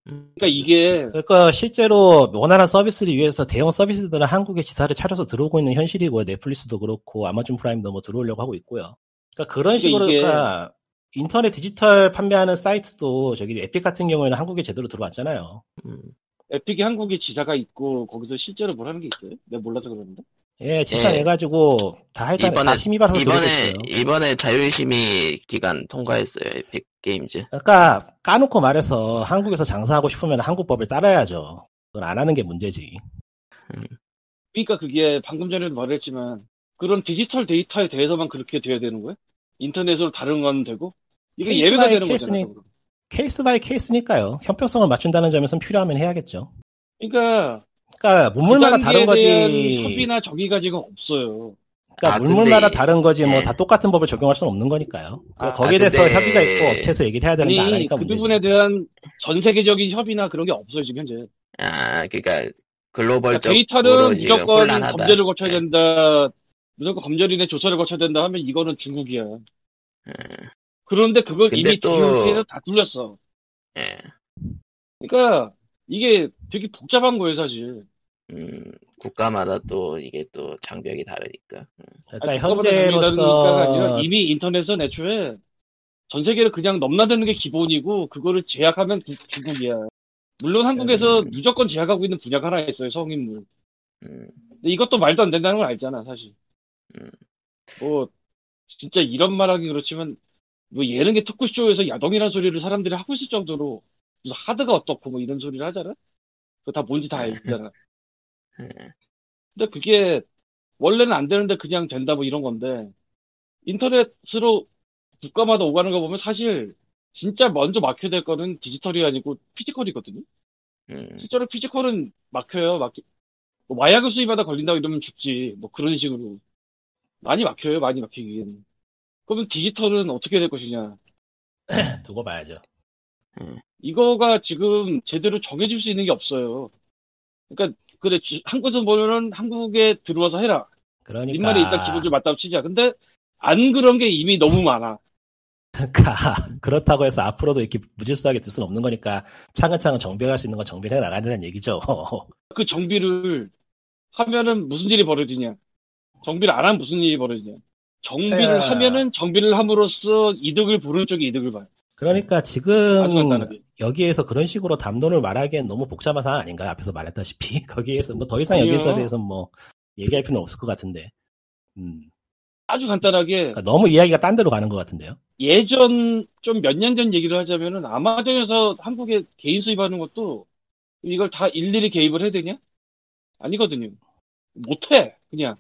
음, 그러니까 이게 그러니까 실제로 원활한 서비스를 위해서 대형 서비스들은 한국에 지사를 차려서 들어오고 있는 현실이고요. 넷플릭스도 그렇고 아마존 프라임도 뭐 들어오려고 하고 있고요. 그러니까 그런 이게 식으로 이게- 그러니까 인터넷 디지털 판매하는 사이트도 저기 에픽 같은 경우에는 한국에 제대로 들어왔잖아요. 음. 에픽이 한국에 지사가 있고 거기서 실제로 뭘 하는 게 있어요? 내가 몰라서 그러는데. 예, 지사 예. 내가지고 다 했잖아요. 이번에- 다 심의받아서 이번에 들어오겠어요. 이번에 자유심의 기간 통과했어요. 에픽 게임즈. 그러니까 까놓고 말해서 한국에서 장사하고 싶으면 한국 법을 따라야죠. 그걸 안 하는 게 문제지. 그러니까 그게 방금 전에도 말했지만 그런 디지털 데이터에 대해서만 그렇게 돼야 되는 거예요? 인터넷으로 다른 건 되고? 이게 케이스 예외가 바이 되는 케이스니- 거잖아요. 그럼. 케이스 바이 케이스니까요. 형평성을 맞춘다는 점에서는 필요하면 해야겠죠. 그러니까 그러니까 그 물물마다 단계에 다른 거지. 대한 협의나 정의가 지금 없어요. 그러니까 아, 근데 물물마다 이- 다른 거지 뭐 네. 다 똑같은 법을 적용할 수는 없는 거니까요. 아, 거기에 아, 근데- 대해서 협의가 있고 업체에서 얘기를 해야 되는 아니 거 안 하니까 그 문제지. 부분에 대한 전 세계적인 협의나 그런 게 없어요 지금 현재. 아, 그러니까 그러니까 글로벌적으로 데이터는 지금 무조건 혼란하다. 검열을 거쳐야 예. 된다. 무조건 검열인의 조사를 거쳐야 된다 하면 이거는 중국이야. 그런데 그걸 음. 근데 이미 또- 중국에서 다 뚫렸어. 예. 그러니까 이게 되게 복잡한 거예요 사실. 음, 국가마다 또 이게 또 장벽이 다르니까. 그러니까 가 아니라 현재로서 이미 인터넷은 애초에 전 세계를 그냥 넘나드는 게 기본이고 그거를 제약하면 구- 중국이야. 물론 한국에서 음. 무조건 제약하고 있는 분야가 하나 있어요 성인물. 음, 근데 이것도 말도 안 된다는 걸 알잖아, 사실. 음. 뭐, 진짜 이런 말 하긴 그렇지만, 뭐 예능의 토크쇼에서 야동이라는 소리를 사람들이 하고 있을 정도로, 무슨 하드가 어떻고 뭐 이런 소리를 하잖아? 그거 다 뭔지 다 알잖아. 음. 근데 그게, 원래는 안 되는데 그냥 된다 뭐 이런 건데, 인터넷으로 국가마다 오가는 거 보면 사실, 진짜 먼저 막혀야 될 거는 디지털이 아니고 피지컬이거든요? 음, 실제로 피지컬은 막혀요. 막 마약을 수입하다 걸린다 이러면 죽지. 뭐 그런 식으로 많이 막혀요. 많이 막히긴. 그러면 디지털은 어떻게 될 것이냐? 두고 봐야죠. 이거가 지금 제대로 정해질 수 있는 게 없어요. 그러니까 그래 주- 한국에서 보면은 한국에 들어와서 해라. 그러니까 입말이 일단 *laughs* 기본적으로 맞다고 치자. 근데 안 그런 게 이미 너무 많아. 그러니까 그렇다고 해서 앞으로도 이렇게 무질서하게 둘 수는 없는 거니까 차근차근 정비할 수 있는 건 정비해 를 나가야 된다는 얘기죠. *laughs* 그 정비를 하면은 무슨 일이 벌어지냐? 정비를 안 하면 무슨 일이 벌어지냐? 정비를 에. 하면은 정비를 함으로써 이득을 보는 쪽이 이득을 봐요. 그러니까 네. 아주 지금 간단하게. 여기에서 그런 식으로 담론을 말하기엔 너무 복잡한 상황 아닌가요? 앞에서 말했다시피 *laughs* 거기에서 뭐 더 이상 아니요. 여기서 대해서 뭐 얘기할 필요는 없을 것 같은데. 음. 아주 간단하게 그러니까 너무 이야기가 딴 데로 가는 것 같은데요. 예전 좀 몇 년 전 얘기를 하자면은 아마존에서 한국에 개인 수입하는 것도 이걸 다 일일이 개입을 해야 되냐? 아니거든요. 못해 그냥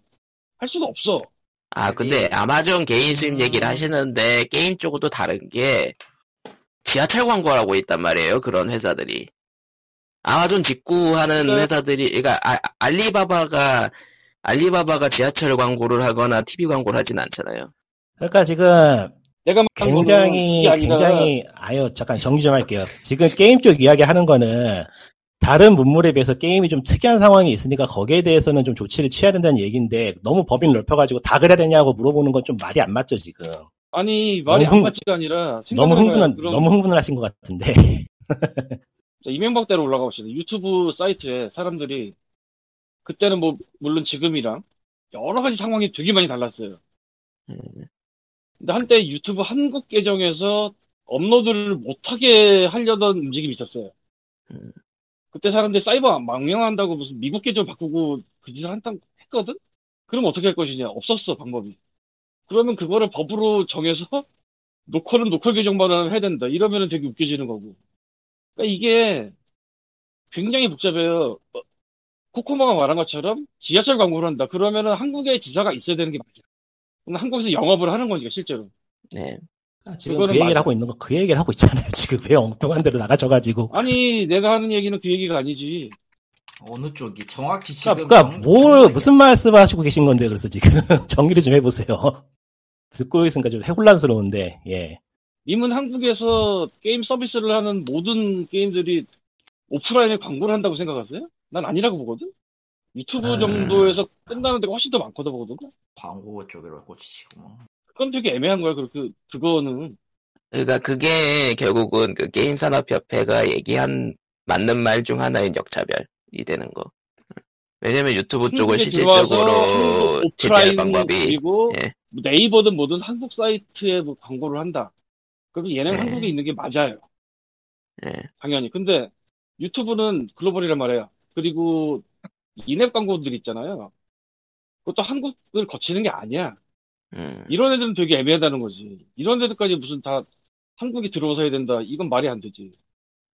할 수가 없어. 네, 아, 근데 아마존 개인 수입 얘기를 하시는데 게임 쪽은 또 다른 게 지하철 광고라고 있단 말이에요. 그런 회사들이. 아마존 직구하는 네. 회사들이, 그러니까 아- 알리바바가 알리바바가 지하철 광고를 하거나 TV 광고를 하진 않잖아요. 그러니까 지금 내가 말한 거는 굉장히 그게 아니라 굉장히 아유 잠깐 정리 좀 할게요. 지금 게임 쪽 이야기 하는 거는 다른 문물에 비해서 게임이 좀 특이한 상황이 있으니까 거기에 대해서는 좀 조치를 취해야 된다는 얘기인데 너무 범위를 넓혀가지고 다 그래야 되냐고 물어보는 건 좀 말이 안 맞죠 지금. 아니 말이 너무 흥- 안 맞지가 아니라 너무 생각해봐요. 흥분한 그럼 너무 흥분을 하신 것 같은데. 자, 이명박대로 올라가 봅시다. 유튜브 사이트에 사람들이 그때는 뭐 물론 지금이랑 여러 가지 상황이 되게 많이 달랐어요. 음. 근데 한때 유튜브 한국 계정에서 업로드를 못하게 하려던 움직임이 있었어요. 음. 그때 사람들이 사이버 망명한다고 무슨 미국 계정 바꾸고 그 짓을 한탕 했거든? 그럼 어떻게 할 것이냐? 없었어, 방법이. 그러면 그거를 법으로 정해서 *laughs* 노컬은 노컬 계정만 해야 된다. 이러면 되게 웃겨지는 거고. 그러니까 이게 굉장히 복잡해요. 어, 코코마가 말한 것처럼 지하철 광고를 한다. 그러면은 한국에 지사가 있어야 되는 게 맞아. 그럼 한국에서 영업을 하는 거니까, 실제로. 네. 지금 그 그거는 얘기를 맞아. 하고 있는 거 그 얘기를 하고 있잖아요. 지금 왜 엉뚱한 데로 나가져가지고. 아니, 내가 하는 얘기는 그 얘기가 아니지. 어느 쪽이 정확히 지금 그러니까 정- 뭘 정확히 무슨 말씀하시고 계신 건데 그래서 지금 *laughs* 정리를 좀 해보세요. *laughs* 듣고 있으니까 좀 혼란스러운데 예. 님은 한국에서 게임 서비스를 하는 모든 게임들이 오프라인에 광고를 한다고 생각하세요? 난 아니라고 보거든? 유튜브 아. 정도에서 끝나는 데가 훨씬 더 많거든, 보거든? 광고 쪽으로 꽂히시고 뭐. 그건 되게 애매한 거야, 그렇게, 그거는. 그러니까 그게 결국은 그 게임 산업 협회가 얘기한 맞는 말 중 하나인 역차별이 되는 거. 왜냐면 유튜브 쪽은 한국에 들어와서 실질적으로 한국 제재할 오프라인 방법이 그리고 예. 네이버든 뭐든 한국 사이트에 뭐 광고를 한다. 그럼 얘네는 예. 한국에 있는 게 맞아요. 예. 당연히. 근데 유튜브는 글로벌이란 말이에요. 그리고 인앱 광고들 있잖아요. 그것도 한국을 거치는 게 아니야. 음. 이런 애들은 되게 애매하다는 거지. 이런 애들까지 무슨 다 한국이 들어와서 해야 된다. 이건 말이 안 되지.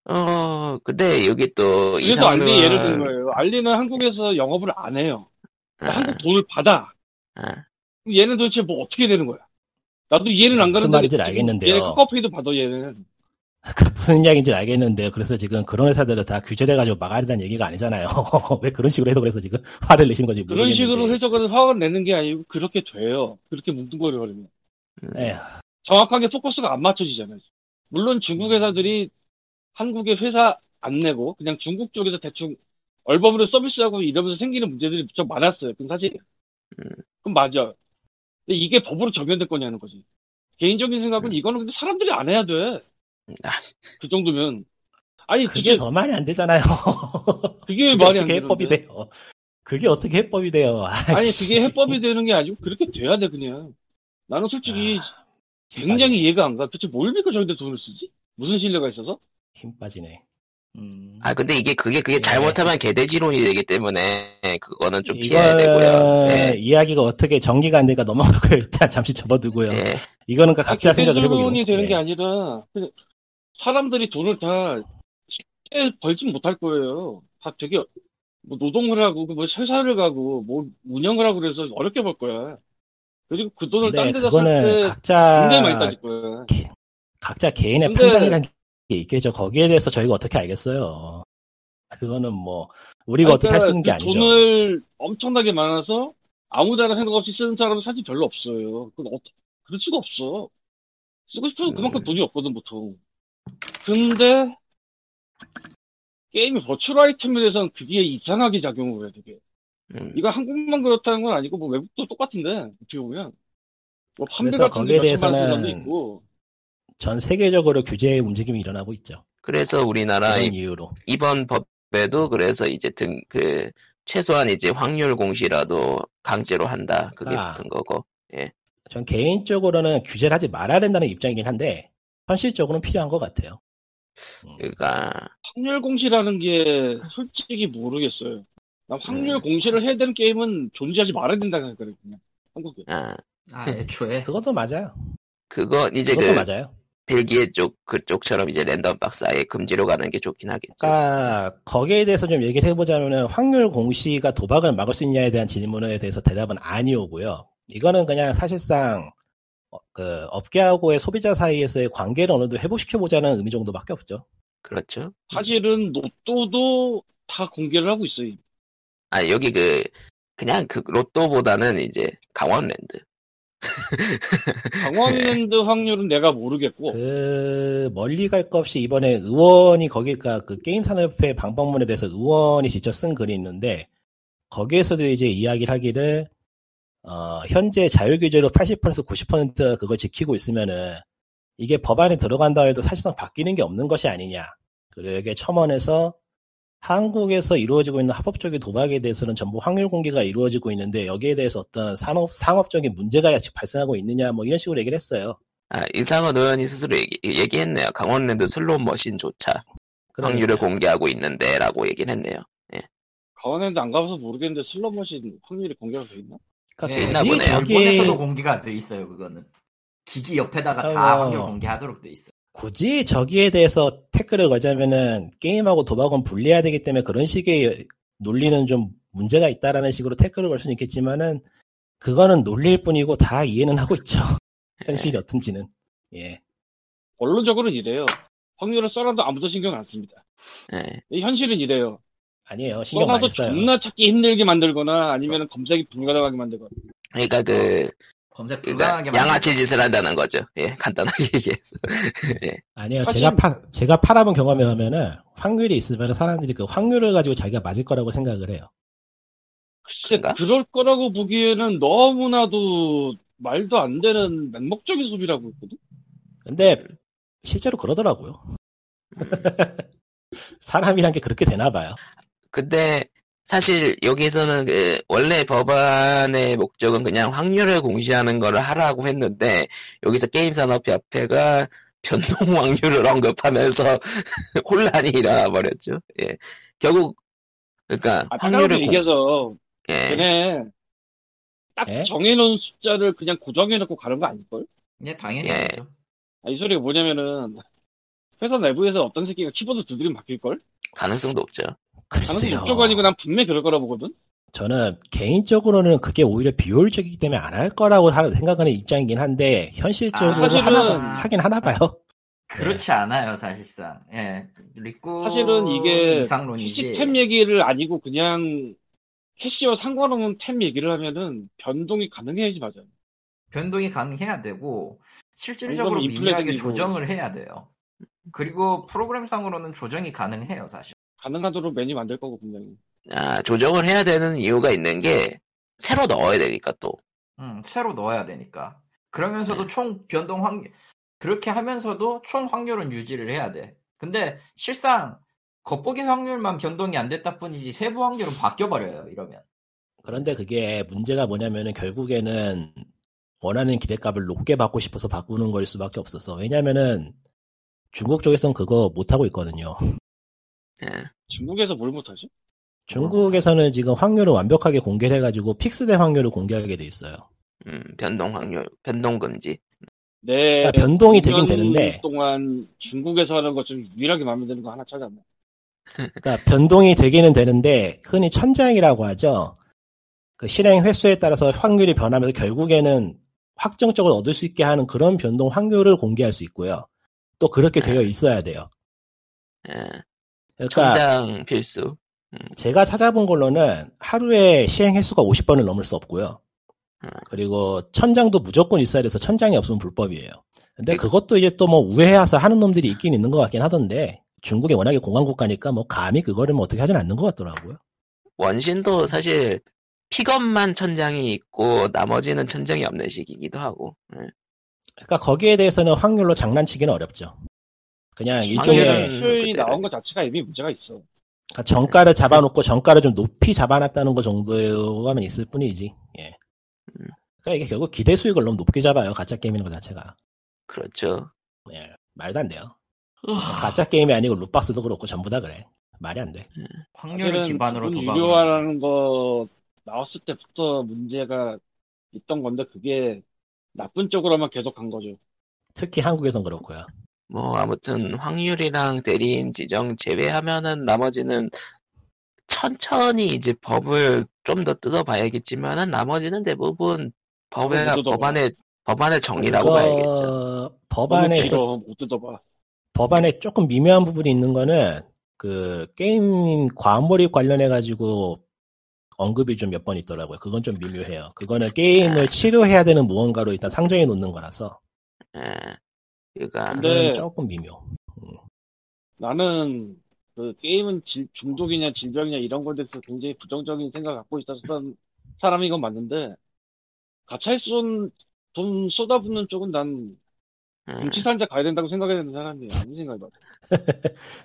어, 근데 여기 또 그래서 알리 예를 든 이상은 거예요. 알리는 한국에서 영업을 안 해요. 한국 돈을 받아. 아, 그럼 얘는 도대체 뭐 어떻게 되는 거야? 나도 이해는 안 무슨 가는데 말인지는 알겠는데요. 얘 카카오페이도 받아 얘는. 그 무슨 이야기인지 알겠는데 그래서 지금 그런 회사들을 다 규제돼가지고 막아야 된다는 얘기가 아니잖아요. *laughs* 왜 그런 식으로 해서 그래서 지금 화를 내신 건지 그런 모르겠는데. 식으로 해석을 화를 내는 게 아니고 그렇게 돼요. 그렇게 뭉뚱거려 버리면. 음. 에휴, 정확하게 포커스가 안 맞춰지잖아요. 물론 음. 중국 회사들이 한국에 회사 안 내고 그냥 중국 쪽에서 대충 얼버무려 서비스하고 이러면서 생기는 문제들이 무척 많았어요. 그건 사실이에요. 음. 그건 맞아. 근데 이게 법으로 정해될 거냐는 거지. 개인적인 음. 생각은 이거는 근데 사람들이 안 해야 돼. 아, 그 정도면. 아니 그게 그게 더 말이 안 되잖아요. 그게 그게 말이 안 되는데. 어떻게 해법이 돼요? 그게 어떻게 해법이 돼요? 아니 그게 해법이 되는 게 아니고 그렇게 돼야 돼 그냥. 나는 아, 솔직히 굉장히 이해가 안 가. 도대체 뭘 믿고 저런데 돈을 쓰지? 무슨 신뢰가 있어서? 힘 빠지네. 음. 아, 근데 이게 그게 그게 네. 잘못하면 개돼지론이 되기 때문에 그거는 좀 피해야 되고요. 예. 이야기가 어떻게 정리가 안 되니까 넘어가고 일단 잠시 접어두고요. 예. 이거는 그러니까 각자 생각을 네. 예. 해보기 이 되는 게 아니라 그냥 사람들이 돈을 다 쉽게 벌진 못할 거예요. 다 되게 뭐 노동을 하고 뭐 회사를 가고 뭐 운영을 하고 그래서 어렵게 벌 거야. 그리고 그 돈을 딴 근데 데다 쓸 네, 그거는 때 굉장히 많이 각자 따질 거야. 각자 개인의 근데- 판단이라는 게 있겠죠. 거기에 대해서 저희가 어떻게 알겠어요. 그거는 뭐 우리가 어떻게 할 수 있는 게 그러니까 아니죠. 그 돈을 엄청나게 많아서 아무데나 생각 없이 쓰는 사람은 사실 별로 없어요. 그건 어, 그럴 수가 없어. 네. 쓰고 싶어도 그만큼 음. 돈이 없거든, 보통. 근데, 게임이 버추얼 아이템에 대해서는 그게 이상하게 작용을 해, 되게. 음. 이거 한국만 그렇다는 건 아니고, 뭐, 외국도 똑같은데, 어떻게 보면. 뭐, 판매 그래서 같은 거기에 데 몇천만 원 쓰는 대해서는- 사람도 있고. 전 세계적으로 규제의 움직임이 일어나고 있죠. 그래서 우리나라 이런 이- 이유로. 이번 법에도 그래서 이제 등 그 최소한 이제 확률 공시라도 강제로 한다. 그게 아. 붙은 거고. 전 개인적으로는 규제를 하지 말아야 된다는 입장이긴 한데 현실적으로는 필요한 것 같아요. 음. 그러니까 확률 공시라는 게 솔직히 모르겠어요. 난 확률 네. 음. 공시를 해야 되는 게임은 존재하지 말아야 된다고 생각했거든요. 한국에. 음. 아, 아 애초에 네. 그것도 맞아요. 그건 이제 그것도 그 맞아요. 벨기에 쪽 그쪽처럼 이제 랜덤 박스 아예 금지로 가는 게 좋긴 하겠죠. 그러니까 거기에 대해서 좀 얘기를 해보자면은 확률 공시가 도박을 막을 수 있냐에 대한 질문에 대해서 대답은 아니오고요. 이거는 그냥 사실상 어, 그 업계하고의 소비자 사이에서의 관계를 어느 정도 회복시켜 보자는 의미 정도밖에 없죠. 그렇죠. 사실은 로또도 다 공개를 하고 있어요. 아 여기 그 그냥 그 로또보다는 이제 강원랜드. 강원랜드 네. 확률은 내가 모르겠고. 그 멀리 갈 것 없이 이번에 의원이 거기가 그 게임 산업회 방방문에 대해서 의원이 직접 쓴 글이 있는데 거기에서도 이제 이야기를 하기를 어, 현재 자율 규제로 80%에서 90%가 그걸 지키고 있으면은 이게 법안에 들어간다 해도 사실상 바뀌는 게 없는 것이 아니냐. 그리고 여기에 첨언해서 한국에서 이루어지고 있는 합법적인 도박에 대해서는 전부 확률 공개가 이루어지고 있는데 여기에 대해서 어떤 산업 상업적인 문제가 발생하고 있느냐 뭐 이런 식으로 얘기를 했어요. 아 이상은 의원이 스스로 얘기, 했네요 강원랜드 슬롯 머신조차 확률을 그러니까. 공개하고 있는데라고 얘기는 했네요. 강원랜드 안 가봐서 모르겠는데 슬롯머신 확률이 공개가 돼 있나? 그러니까 예, 있나 굳이 보네요. 저기에- 일본에서도 공개가 안 돼 있어요 그거는 기기 옆에다가 다 어. 확률 공개하도록 돼 있어. 굳이 저기에 대해서 태클을 걸자면은 게임하고 도박은 분리해야 되기 때문에 그런 식의 논리는 좀 문제가 있다라는 식으로 태클을 걸 수는 있겠지만은 그거는 논리일 뿐이고 다 이해는 하고 있죠. *laughs* 현실이 어떤지는. 예. 원론적으로는 이래요. 확률을 써놔도 아무도 신경 안 씁니다. 예. 이 현실은 이래요. 아니에요. 신경 써놔도 많이 써요. 그 존나 찾기 힘들게 만들거나 아니면 검색이 불가능하게 만들거나. 그러니까 그 검색 그러니까 어, 불가하게 양아치 짓을 한다는 거죠. 예, 간단하게 얘기해서. 아니에요. 사실- 제가 파, 제가 팔아본 경험에 하면은 확률이 있으면 사람들이 그 확률을 가지고 자기가 맞을 거라고 생각을 해요. 글쎄, 그러니까. 그런가? 그럴 거라고 보기에는 너무나도 말도 안 되는 맹목적인 소비라고 했거든? 근데 실제로 그러더라고요. *laughs* 사람이란 게 그렇게 되나 봐요. 근데 사실 여기서는 그 원래 법안의 목적은 그냥 확률을 공시하는 거를 하라고 했는데 여기서 게임산업협회가 변동 확률을 언급하면서 *laughs* 혼란이 일어나 버렸죠. 예. 결국 그러니까 아, 확률을 확률을 공- 얘기해서 예. 걔네 딱 예? 정해놓은 숫자를 그냥 고정해놓고 가는 거 아닐걸? 예 당연히 예. 아니죠. 아, 이 소리가 뭐냐면은 회사 내부에서 어떤 새끼가 키보드 두드리면 바뀔걸? 가능성도 없죠. 가능성 글쎄요. 높다고 아니고 난 분명히 그럴 거라 보거든? 저는 개인적으로는 그게 오히려 비효율적이기 때문에 안 할 거라고 하- 생각하는 입장이긴 한데 현실적으로 아, 사실은- 하나, 하긴 하나 봐요. 그렇죠. 그렇지 않아요 사실상. 예 리꾸 사실은 이게 이상론이지. PC템 얘기를 아니고 그냥 캐시와 상관없는 템 얘기를 하면은 변동이 가능해야지 맞아요. 변동이 가능해야 되고 실질적으로 아니, 그럼 미묘하게 인플레이션이고. 조정을 해야 돼요. 그리고 프로그램상으로는 조정이 가능해요 사실. 가능하도록 메뉴 만들 거고 분명히. 아, 조정을 해야 되는 이유가 있는 게 새로 넣어야 되니까 또. 음, 새로 넣어야 되니까. 그러면서도 네. 총 변동 확률, 그렇게 하면서도 총 확률은 유지를 해야 돼. 근데 실상 겉보기 확률만 변동이 안 됐다 뿐이지 세부 확률은 바뀌어버려요, 이러면. 그런데 그게 문제가 뭐냐면은 결국에는 원하는 기대값을 높게 받고 싶어서 바꾸는 걸 수밖에 없어서 왜냐면은 중국 쪽에선 그거 못 하고 있거든요. 예. 중국에서 뭘 못하지? 중국에서는 지금 확률을 완벽하게 공개해 가지고 픽스된 확률을 공개하게 돼 있어요. 음, 변동 확률, 변동 금지. 네. 그러니까 변동이 5년 되긴 되는데 동안 중국에서 하는 것 중 유일하게 마음에 드는 거 하나 찾았네. 그러니까 변동이 되기는 되는데 흔히 천장이라고 하죠. 그 실행 횟수에 따라서 확률이 변하면서 결국에는 확정적으로 얻을 수 있게 하는 그런 변동 확률을 공개할 수 있고요. 또 그렇게 되어 있어야 돼요. 예. 그러니까 네. 천장 필수. 제가 찾아본 걸로는 하루에 시행 횟수가 50번을 넘을 수 없고요. 음. 그리고 천장도 무조건 있어야 돼서 천장이 없으면 불법이에요. 근데 이거- 그것도 이제 또 뭐 우회해서 하는 놈들이 있긴 있는 것 같긴 하던데 중국이 워낙에 공항국가니까 뭐 감히 그거를 뭐 어떻게 하진 않는 것 같더라고요. 원신도 사실 픽업만 천장이 있고 나머지는 천장이 없는 식이기도 하고 예. 그러니까 거기에 대해서는 확률로 장난치기는 어렵죠. 그냥 일종의 확률은- 음, 수요일이 그때는. 네. 네. 나온 것 자체가 이미 문제가 있어. 그러니까 정가를 잡아놓고 정가를 좀 높이 잡아놨다는 거 정도만 있을 뿐이지. 예. 음. 그러니까 이게 결국 기대 수익을 너무 높게 잡아요. 가짜 게임인 것 자체가. 그렇죠 예. 말도 안 돼요. 가짜 게임이 아니고 룻박스도 그렇고 전부 다 그래. 말이 안 돼. 확률을 기반으로 돈 도박을 유료화라는 거 나왔을 때부터 문제가 있던 건데 그게 나쁜 쪽으로만 계속 간 거죠. 특히 한국에선 그렇고요. 뭐 아무튼 확률이랑 대리인 지정 제외하면은 나머지는 천천히 이제 법을 좀 더 뜯어봐야겠지만은 나머지는 대부분 법에 뜯어봐. 법안에 법안에 정리라고 그거 봐야겠죠. 법안에서 너무 길어. 못 뜯어봐. 법안에 조금 미묘한 부분이 있는 거는 그 게임 과몰입 관련해 가지고 언급이 좀 몇 번 있더라고요. 그건 좀 미묘해요. 아. 그거는 게임을 치료해야 되는 무언가로 일단 상정해 놓는 거라서 예. 그러니까 근데- 그건 네. 조금 미묘. 나는 그 게임은 질- 중독이냐 질병이냐 이런 거에 대해서 굉장히 부정적인 생각을 갖고 있었던 사람인 건 맞는데 가차에 쏜돈 쏟아붓는 쪽은 난 예. 정치산자 가야 된다고 생각해야 되는 사람이 아무 생각이 없어.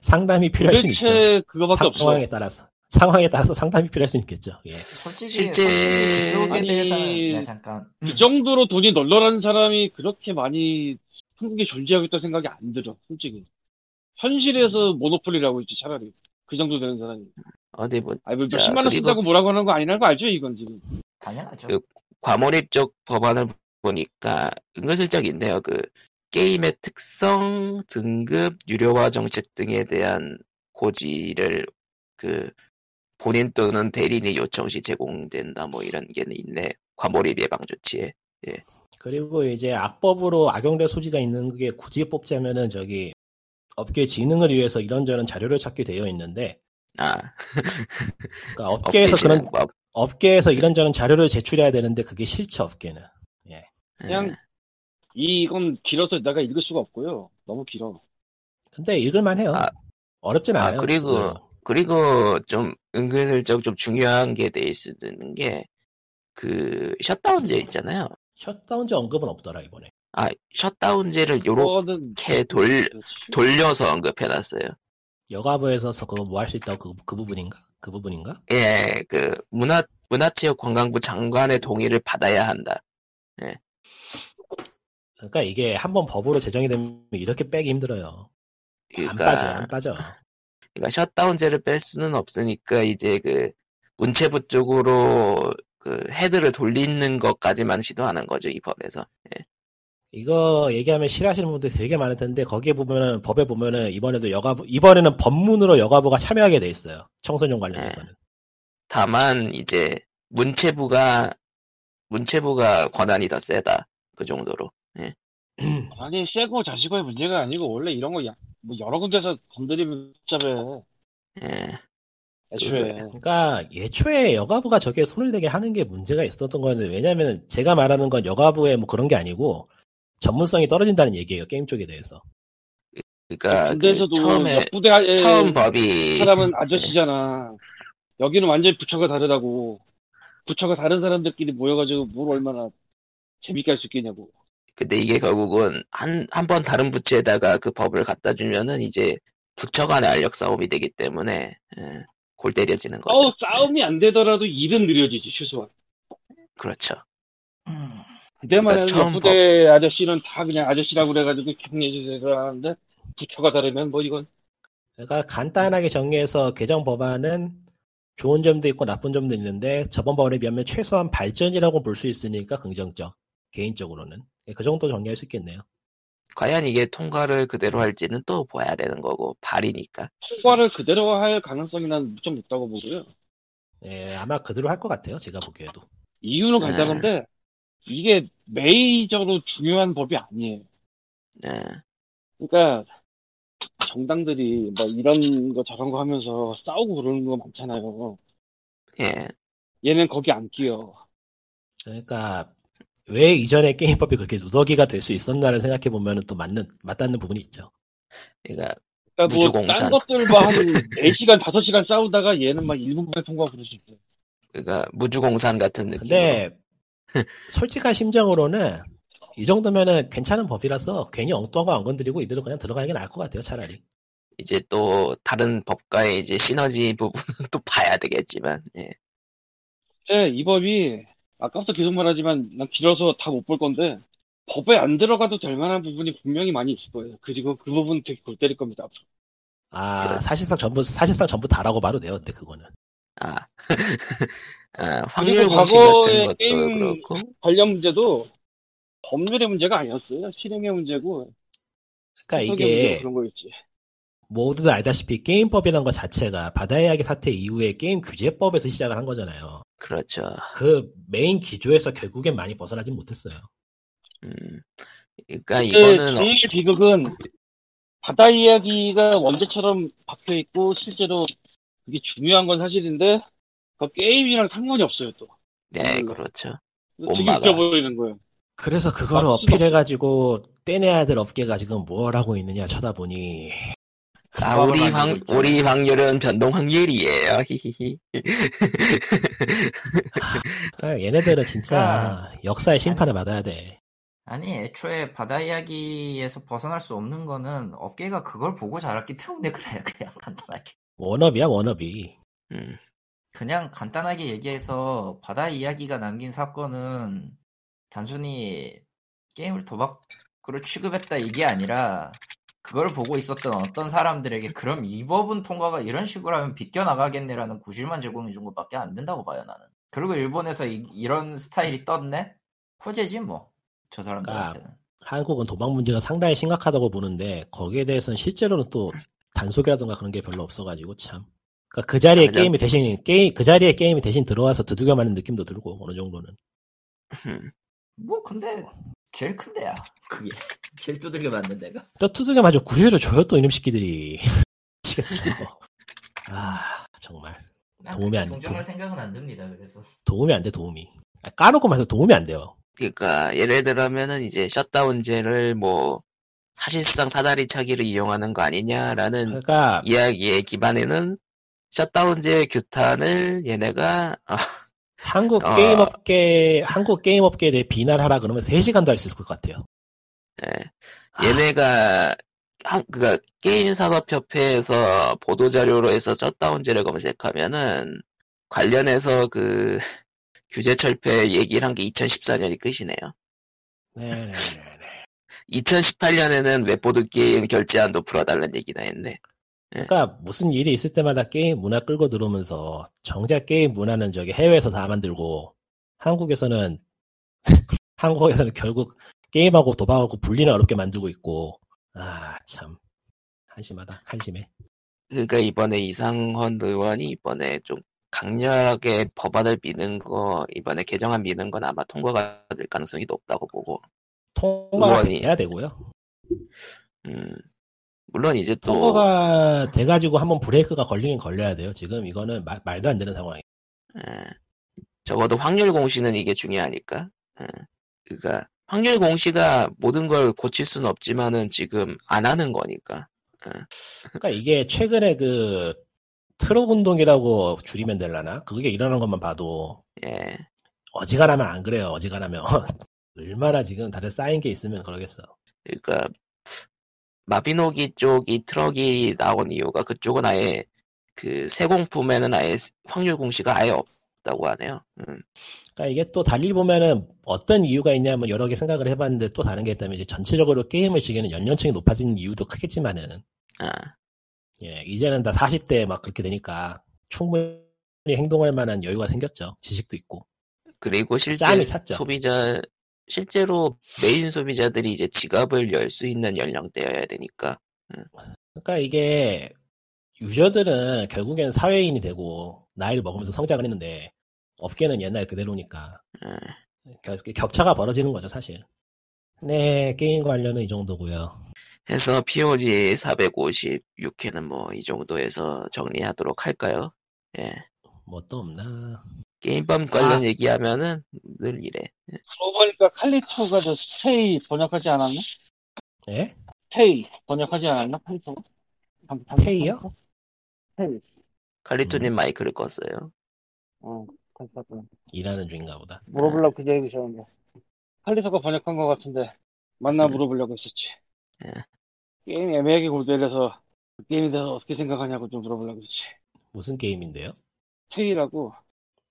상담이 필요할 수 있죠. 도대체 그거밖에 없어. 상황에 따라서 상황에 따라서 상담이 필요할 수 있겠죠. 예. 솔직히 실제- 솔직히 그쪽에 아니- 대해서는 야 잠깐 이 정도로 돈이 널널한 사람이 그렇게 많이 한국에 존재하겠다 생각이 안 들어, 솔직히. 현실에서 모노폴리라고 있지, 차라리. 그 정도 되는 사람이. 어디 보 아니, 뭐, 자, 몇십만 원 그리고- 쓴다고 뭐라고 하는 거 아니라는 거 알죠, 이건 지금. 당연하죠. 그- 과몰입 쪽 법안을 보니까 은근슬쩍인데요. 그 게임의 특성, 등급, 유료화 정책 등에 대한 고지를 그 본인 또는 대리인이 요청 시 제공된다 뭐 이런 게 있네. 과몰입 예방 조치에. 그리고 이제 악법으로 악용될 소지가 있는 게 굳이 뽑자면은 저기 업계 진흥을 위해서 이런저런 자료를 찾게 되어 있는데 아, 그러니까 업계에서 그런 법. 업계에서 이런저런 자료를 제출해야 되는데 그게 싫죠 업계는 네. 예. 그냥- 이- 이건 길어서 내가 읽을 수가 없고요. 너무 길어. 근데 읽을만 해요 아. 어렵진 아, 않아요 예. 그리고 그거는. 그리고 좀 은근슬쩍 좀 중요한 게 돼 있는 게 그 셧다운제 있잖아요. 셧다운제 언급은 없더라 이번에 아, 셧다운제를 요렇게 그거는 돌 돌려서 언급해놨어요. 여가부에서 서- 그거 뭐 할 수 있다고 그, 그 부분인가 그 부분인가 예, 그 문화 문화체육관광부 장관의 동의를 받아야 한다. 그러니까 이게 한번 법으로 제정이 되면 이렇게 빼기 힘들어요 안 빠져 안 그러니까, 빠져 그러니까 셧다운제를 뺄 수는 없으니까 이제 그 문체부 쪽으로 그 헤드를 돌리는 것까지만 시도하는 거죠 이 법에서. 이거 얘기하면 싫어하시는 분들 되게 많을 텐데 거기에 보면은 법에 보면은 이번에도 여가부 이번에는 법문으로 여가부가 참여하게 돼 있어요 청소년 관련해서는 다만 이제 문체부가 문체부가 권한이 더 세다 그 정도로. 아니, 세고 자시고의 문제가 아니고, 원래 이런 거, 야- 뭐 여러 군데서 건드리면 복잡해. 예, 애초에. 그러니까 예초에 여가부가 저게 손을 대게 하는 게 문제가 있었던 거였는데 왜냐하면 제가 말하는 건 여가부의 뭐 그런 게 아니고 전문성이 떨어진다는 얘기예요 게임 쪽에 대해서 그러니까 그 군대에서도 처음에 옆부대에 처음 법이 예, 사람은 아저씨잖아. 여기는 완전히 부처가 다르다고. 부처가 다른 사람들끼리 모여가지고 뭘 얼마나 재밌게 할 수 있겠냐고. 근데 이게 결국은 한, 한 번 다른 부처에다가 그 법을 갖다 주면은 이제 부처 간의 알력 싸움이 되기 때문에, 예, 골 때려지는 거죠. 싸우, 싸움이 안 되더라도 일은 느려지지, 최소한. 그렇죠. 음, 그때만 그러니까 해도 처음 옆부대 아저씨는 다 그냥 아저씨라고 그래가지고 격려해주세요 하는데, 부처가 다르면 뭐 이건 그러니까 간단하게 정리해서 개정 법안은 좋은 점도 있고 나쁜 점도 있는데 저번 법안에 비하면 최소한 발전이라고 볼 수 있으니까 긍정적 개인적으로는 예, 그 정도 정리할 수 있겠네요 과연 이게 통과를 그대로 할지는 또 봐야 되는 거고, 발이니까. 통과를 그대로 할 가능성이 난 무척 높다고 보고요. 예, 아마 그대로 할 것 같아요 제가 보기에도 이유는 네. 간단한데, 이게 메이저로 중요한 법이 아니에요. 예, 그러니까 정당들이 막 이런 거 저런 거 하면서 싸우고 그러는 거 많잖아요. 예. 얘는 거기 안 끼어. 그러니까 왜 이전에 게임법이 그렇게 누더기가 될 수 있었나를 생각해 보면 또 맞는 맞닿는 부분이 있죠 그러니까, 그러니까 무주공산. 뭐딴 것들만 한 4시간, 5시간 싸우다가 얘는 막 1분만에 통과하고 그러지. 그러니까 무주공산 같은 느낌. 근데 솔직한 심정으로는 이 정도면은 괜찮은 법이라서 괜히 엉뚱한 거 안 건드리고 이대로 그냥 들어가는 게 나을 것 같아요 차라리 이제 또 다른 법과의 이제 시너지 부분은 *laughs* 또 봐야 되겠지만 예. 근데 이 법이 아까부터 계속 말하지만 난 길어서 다 못 볼 건데 법에 안 들어가도 될 만한 부분이 분명히 많이 있을 거예요. 그리고 그 부분 되게 골 때릴 겁니다. 앞으로. 아 그렇지. 사실상 전부 사실상 전부 다라고 봐도 돼요 근데 그거는 아, 아, 확률 그리고 공식 과거의 같은 것도 게임- 그렇고 관련 문제도 법률의 문제가 아니었어요. 실행의 문제고 그러니까 해석의 문제고 이게 그런 거였지. 모두 다 알다시피 게임법이라는 것 자체가 바다의 이야기 사태 이후에 게임 규제법에서 시작을 한 거잖아요 그렇죠. 그 메인 기조에서 결국엔 많이 벗어나진 못했어요 음. 그러니까 근데 이거는 어- 제일 비극은 바다 이야기가 원제처럼 박혀 있고 실제로 그게 중요한 건 사실인데 그 게임이랑 상관이 없어요 또. 네 그렇죠. 못 되게 막아. 있어 보이는 거예요. 그래서 그걸 아, 어필해가지고 떼내야 될 업계가 지금 뭘 하고 있느냐 쳐다보니 아 우리 그거만 확 알고 있죠. 우리 확률은 변동 확률이에요. *laughs* 히히히. *laughs* 그러니까 얘네들은 진짜 역사의 심판을 받아야 돼 아니 애초에 바다 이야기에서 벗어날 수 없는 거는 업계가 그걸 보고 자랐기 때문에 그래요 *laughs* 그냥 간단하게 워너비야 워너비 음. 그냥 간단하게 얘기해서 바다 이야기가 남긴 사건은 단순히 게임을 도박으로 취급했다 이게 아니라 그걸 보고 있었던 어떤 사람들에게 그럼 이 법은 통과가 이런 식으로 하면 비껴나가겠네라는 구실만 제공해 준 것밖에 안 된다고 봐요 나는 그리고 일본에서 이, 런 스타일이 떴네? 호재지 뭐 저 사람들한테는 한국은 도박 문제가 상당히 심각하다고 보는데 거기에 대해서는 실제로는 또 단속이라든가 그런 게 별로 없어가지고 참. 그러니까 그 자리에 아, 그냥- 게임이 대신 게임 그 자리에 게임이 대신 들어와서 두들겨 맞는 느낌도 들고 어느 정도는. 음. 뭐 근데 제일 큰 데야 그게 *laughs* 제일 두들겨 맞는 데가 또 두들겨 맞아 구해줘 줘요 또 이놈 새끼들이. *laughs* 미치겠어. 아 정말 도움이 안 동정할 돼. 생각은 안 듭니다 그래서 도움이 안 돼 도움이. 아, 까놓고 말해서 도움이 안 돼요. 그러니까 예를 들면은 이제 셧다운제를 뭐 사실상 사다리 차기를 이용하는 거 아니냐라는 그러니까 이야기의 기반에는 셧다운제 규탄을 얘네가 아, 한국 아. 게임 업계 한국 게임 업계에 대해 비난하라 그러면 3 시간도 할 수 있을 것 같아요. 예. 얘네가 한 그가 게임 산업 협회에서 보도 자료로 해서 셧다운제를 검색하면은 관련해서 그 *laughs* 규제 철폐 얘기를 한 게 2014년이 끝이네요. 네네네. 2018년에는 웹보드 게임 결제한도 풀어달라는 얘기나 했네. 그러니까 무슨 일이 있을 때마다 게임 문화 끌고 들어오면서 정작 게임 문화는 저기 해외에서 다 만들고 한국에서는 *laughs* 한국에서는 결국 게임하고 도박하고 분리는 어렵게 만들고 있고 아 참 한심하다 한심해 그러니까 이번에 이상헌 의원이 이번에 좀 강력하게 법안을 미는 거 이번에 개정안 미는 건 아마 통과가 될 가능성이 높다고 보고 통과가 의원이. 돼야 되고요 음, 물론 이제 또 통과가 돼가지고 한번 브레이크가 걸리긴 걸려야 돼요 지금 이거는 마- 말도 안 되는 상황이에요 예. 적어도 확률 공시는 이게 중요하니까. 예. 그러니까 확률 공시가 모든 걸 고칠 수는 없지만은 지금 안 하는 거니까. 그러니까 이게 최근에 그 트럭 운동이라고 줄이면 될라나 그게 일어난 것만 봐도 예. 어지간하면 안 그래요. 어지간하면 *laughs* 얼마나 지금 다들 쌓인 게 있으면 그러겠어. 그러니까 마비노기 쪽이 트럭이 나온 이유가 그쪽은 아예 그 세공품에는 아예 확률 공시가 아예 없다고 하네요. 음. 그러니까 이게 또 달리 보면은 어떤 이유가 있냐면 뭐 여러 개 생각을 해봤는데 또 다른 게 있다면 이제 전체적으로 게임을 즐기는 연령층이 높아진 이유도 크겠지만은 아, 예, 이제는 다 40대 막 그렇게 되니까 충분히 행동할 만한 여유가 생겼죠. 지식도 있고. 그리고 실제 짬이 찼죠. 소비자 실제로 메인 소비자들이 이제 지갑을 열 수 있는 연령대여야 되니까. 그러니까 이게 유저들은 결국엔 사회인이 되고 나이를 먹으면서 성장을 했는데 업계는 옛날 그대로니까 예. 네. 격- 격차가 벌어지는 거죠 사실. 네 게임 관련은 이 정도고요. 해서 POG 456회는 뭐 이 정도에서 정리하도록 할까요? 예. 뭐 또 없나? 아. 게임밤 관련 얘기하면은 늘 이래. 그러고 보니까 칼리토가 저 스테이 번역하지 않았나? 예? 스테이 번역하지 않았나? 칼리토가? 참, 참, 페이요? 참, 참. 페이. 음. 칼리토님 마이크를 껐어요. 어, 감사합니다. 일하는 중인가 보다. 물어보려고 그 얘기 있었는데. 칼리서가 번역한 것 같은데, 만나 음. 물어보려고 했었지. 예. 게임 애매하게 골절해서, 그 게임에 대해서 어떻게 생각하냐고 좀 물어보려고 했지. 무슨 게임인데요? 페이라고,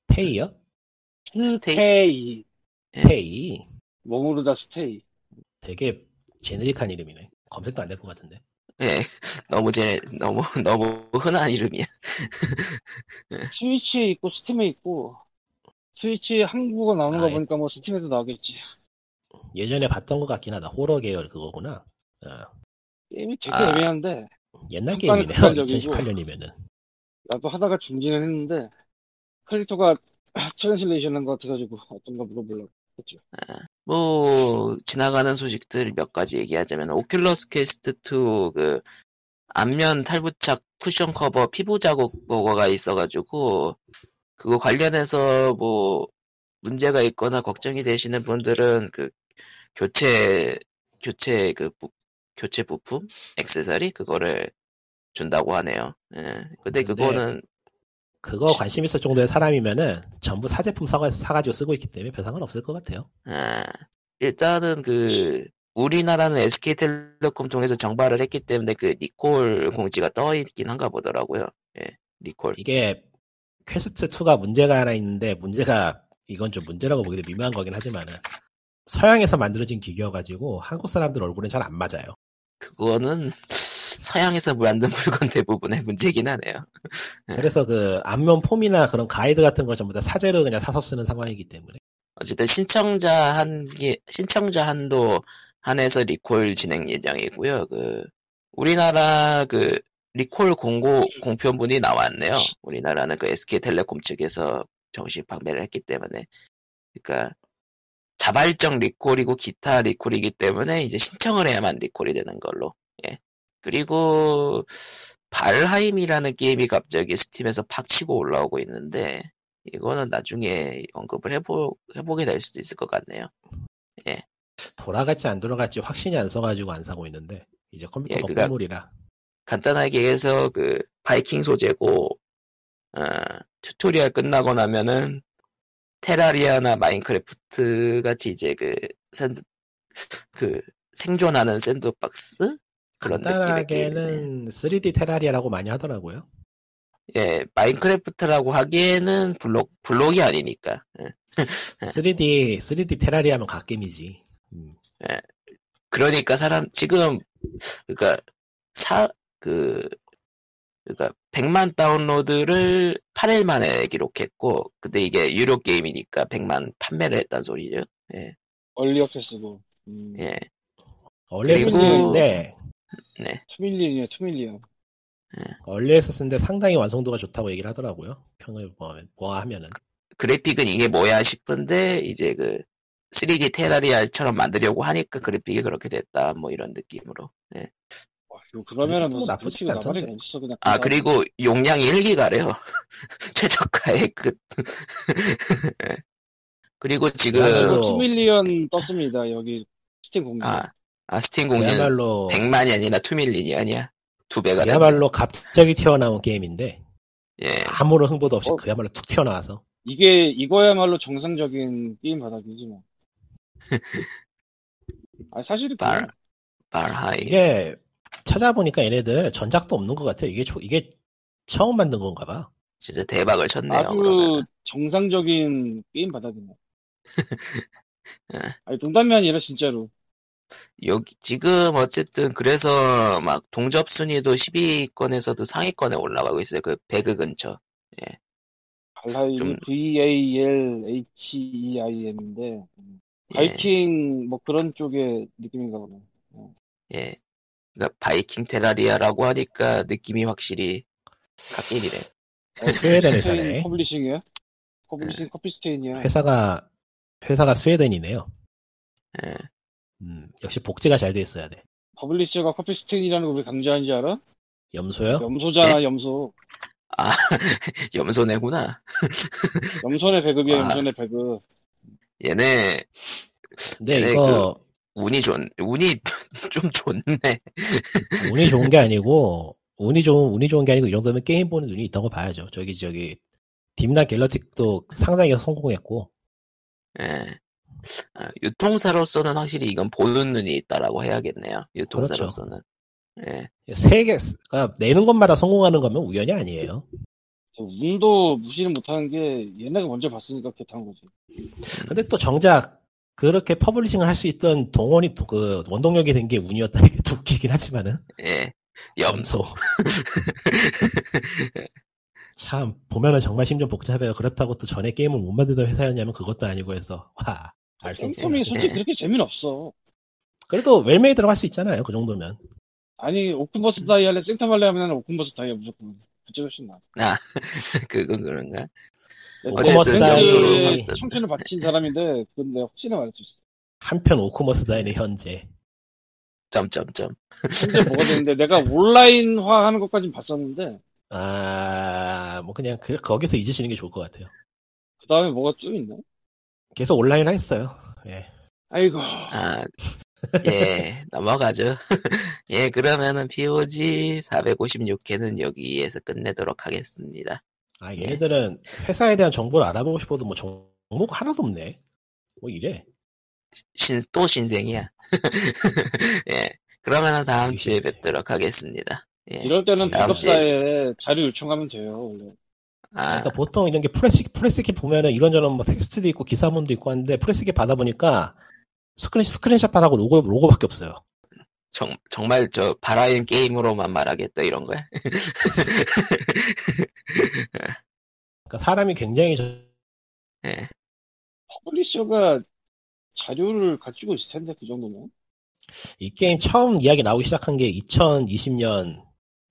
페이요? 스테이- 스테이. 네. 예. 페이. 머무르다 스테이. 되게 제네릭한 이름이네. 검색도 안 될 것 같은데. 예, 너무 제 너무 *laughs* 너무 흔한 이름이야. 스위치에 있고, 스팀에 있고, 스위치에 한국어 나오는 거 예. 아이. 보니까 뭐 스팀에도 나오겠지. 예전에 봤던 것 같긴 하다. 호러 계열 그거구나. 어, 게임이 되게 아. 애매한데, 옛날 약간의 게임이네요. 극단적이고. 2018년이면은. 나도 하다가 중지는 했는데, 칼리토가 *clears throat* 트랜슬레이션 한 거 같아가지고, 어떤 거 물어보려고 했죠. 뭐 지나가는 소식들 몇 가지 얘기하자면 오큘러스 퀘스트 2그 앞면 탈부착 쿠션 커버 피부 자국 버거가 있어가지고 그거 관련해서 뭐 문제가 있거나 걱정이 되시는 분들은 그 교체 교체 그 부- 교체 부품 액세서리 그거를 준다고 하네요. 예. 근데 근데 그거는 그거 관심 있을 정도의 사람이면은 전부 사제품 사가, 사가지고 쓰고 있기 때문에 별 상관 없을 것 같아요. 아, 일단은 그 우리나라는 SK텔레콤 통해서 정발을 했기 때문에 그 리콜 공지가 떠 있긴 한가 보더라고요. 예, 리콜. 이게 퀘스트 2가 문제가 하나 있는데 문제가 이건 좀 문제라고 보기도 미묘한 거긴 하지만은 서양에서 만들어진 기계여가지고 한국 사람들 얼굴은 잘 안 맞아요. 그거는 *laughs* 서양에서 만든 물건 대부분의 문제긴 하네요. 그래서 그 안면 폼이나 그런 가이드 같은 걸 전부 다 사제로 그냥 사서 쓰는 상황이기 때문에 어쨌든 신청자 한계 신청자 한도 한해서 리콜 진행 예정이고요. 그 우리나라 그 리콜 공고 공표문이 나왔네요. 우리나라는 그 SK텔레콤 측에서 정식 판매를 했기 때문에 그러니까 자발적 리콜이고 기타 리콜이기 때문에 이제 신청을 해야만 리콜이 되는 걸로. 예. 그리고 발하임이라는 게임이 갑자기 스팀에서 팍 치고 올라오고 있는데 이거는 나중에 언급을 해보, 해보게 될 수도 있을 것 같네요. 돌아갈지 안 돌아갈지 확신이 안 서가지고 안 사고 있는데 이제 예, 컴퓨터가 그가- 건물이라 간단하게 해서 그 바이킹 소재고 어, 튜토리얼 끝나고 나면은 테라리아나 마인크래프트 같이 이제 그 샌드 그 생존하는 샌드박스 그런 느낌의 게임이네요. 간단하게는 3D 테라리아라고 많이 하더라고요. 예 마인크래프트라고 하기에는 블록 블록이 아니니까 예. 3D 3D 테라리아면 갓겜이지. 음. 그러니까 사람 지금 그러니까 사 그 그러니까 100만 다운로드를 8일 만에 기록했고 근데 이게 유료 게임이니까 100만 판매를 했단 소리죠. 예. 얼리 어패스고. 음, 예. 원래 그리고- 음. 쓰는데 투밀리언이야, 투밀리언. 네. 원래에서 쓰는데 상당히 완성도가 좋다고 얘기를 하더라고요. 평을 뭐, 보아하면은 그래픽은 이게 뭐야 싶은데 이제 그 3D 테라리아처럼 만들려고 하니까 그래픽이 그렇게 됐다 뭐 이런 느낌으로. 예. 와, 이거 그러면은 그래도 무슨 나쁘지 붙이고 나발이 않던데. 없어, 그냥. 아 그리고 용량이 1기가래요. *laughs* 최저가의 그 *laughs* 예. 그리고 지금 그야말로- 네, 그리고 어, 투밀리언 떴습니다, 여기 스팀 공개. 아, 아 스팀 공개는 그야말로 100만이 아니라 2밀리언이 아니야. 두 배가 됐네. 그야말로 갑자기 튀어나온 게임인데 예. 아무런 흥보도 없이 어. 그야말로 툭 튀어나와서 이게, 이거야말로 정상적인 게임 바닥이지, *laughs* 뭐. 아, 사실이 말. 그래요. 말하이. 예. 이게 찾아보니까 얘네들 전작도 없는 것 같아요. 이게 초, 이게 처음 만든 건가 봐. 진짜 대박을 쳤네요. 아주 그러면은. 정상적인 게임 바닥이네. *laughs* 예. 아니, 농담이 아니라 진짜로. 여기 지금 어쨌든 그래서 막 동접 순위도 10위권에서도 상위권에 올라가고 있어요. 그 배그 근처. 발라이 좀- E V-A-L-H-E-I-N인데, 예. 바이킹, 뭐 그런 쪽의 느낌인가 보네. 어, 예. 그러니까 바이킹 테라리아라고 하니까 느낌이 확실히 갓길이네. *laughs* *laughs* 스웨덴 회사네. 스페인 퍼블리싱이야? 퍼블리싱 네. 커피스테인이야. 회사가 회사가 스웨덴이네요. 예. 음, 역시 복제가 잘 돼 있어야 돼. 퍼블리셔가 커피스테인이라는 걸 왜 강조하는지 어? 알아? 염소요? 염소잖아, 염소. 아, 염소네구나. 염소네 배급이야, 아. 염소네 배급. 얘네 근데 얘네 그 이거 운이 좋 운이 *laughs* 좀 좋네. 운이 좋은 게 아니고 운이 좋은 운이 좋은 게 아니고 이 정도면 게임 보는 눈이 있다고 봐야죠. 저기 저기 딥나 갤러틱도 상당히 성공했고 예. 아, 유통사로서는 확실히 이건 보는 눈이 있다라고 해야겠네요. 유통사로서는. 그렇죠. 예. 세 개가 그러니까 내는 것마다 성공하는 거면 우연이 아니에요. 어, 운도 무시를 못하는 게 얘네가 먼저 봤으니까 그렇게 한 거지. 근데 또 정작 그렇게 퍼블리싱을 할 수 있던 동원이 또 그 원동력이 된 게 운이었다는 게 또 웃기긴 하지만은 예. 염소. *laughs* 참 보면은 정말 심정 복잡해요. 그렇다고 또 전에 게임을 못 만들던 회사였냐면 그것도 아니고 해서 와. 알 수 없어요. 꼼꼼이 없어요. 솔직히 네. 그렇게 재미는 없어. 그래도 웰메이 들어갈 수 있잖아요. 그 정도면. 아니 음. 오픈버스 다이 할래 생타말레 하면 오픈버스 다이 무조건 그쪽이 훨씬 나. 음. 그건 그런가? 오픈버스 다이로 봤던- 청춘을 바친 사람인데 그건 내가 확실히 말할 수 있어. 한편 오크머스 다인의 네. 현재. 점점점. 현재 뭐가 되는데 내가 온라인화 하는 것까진 봤었는데 아, 뭐 그냥 그, 거기서 잊으시는 게 좋을 것 같아요. 그 다음에 뭐가 좀 있나? 계속 온라인 했어요. 예. 아이고 아, 예, 넘어가죠. *laughs* 예, 그러면은 POG 456회는 여기에서 끝내도록 하겠습니다. 아, 예. 얘네들은 회사에 대한 정보를 알아보고 싶어도 뭐 정보가 하나도 없네. 뭐 이래. 신, 또 신생이야. *laughs* 예, 그러면은 다음 주에 신생. 뵙도록 하겠습니다. 예. 이럴 때는 다음 백업사에 자료 요청하면 돼요 원래. 아, 그러니까 보통 이런 게 프레스, 프레스킷 보면은 이런저런 뭐 텍스트도 있고 기사문도 있고 하는데 프레스킷 받아보니까 스크린, 스크린샷만하고 로고, 로고밖에 없어요. 정, 정말 저 바라인 게임으로만 말하겠다 이런 거야? 그러니까 사람이 굉장히 저- 예. 퍼블리셔가 자료를 가지고 있을 텐데 그 정도면 이 게임 처음 이야기 나오기 시작한 게 2020년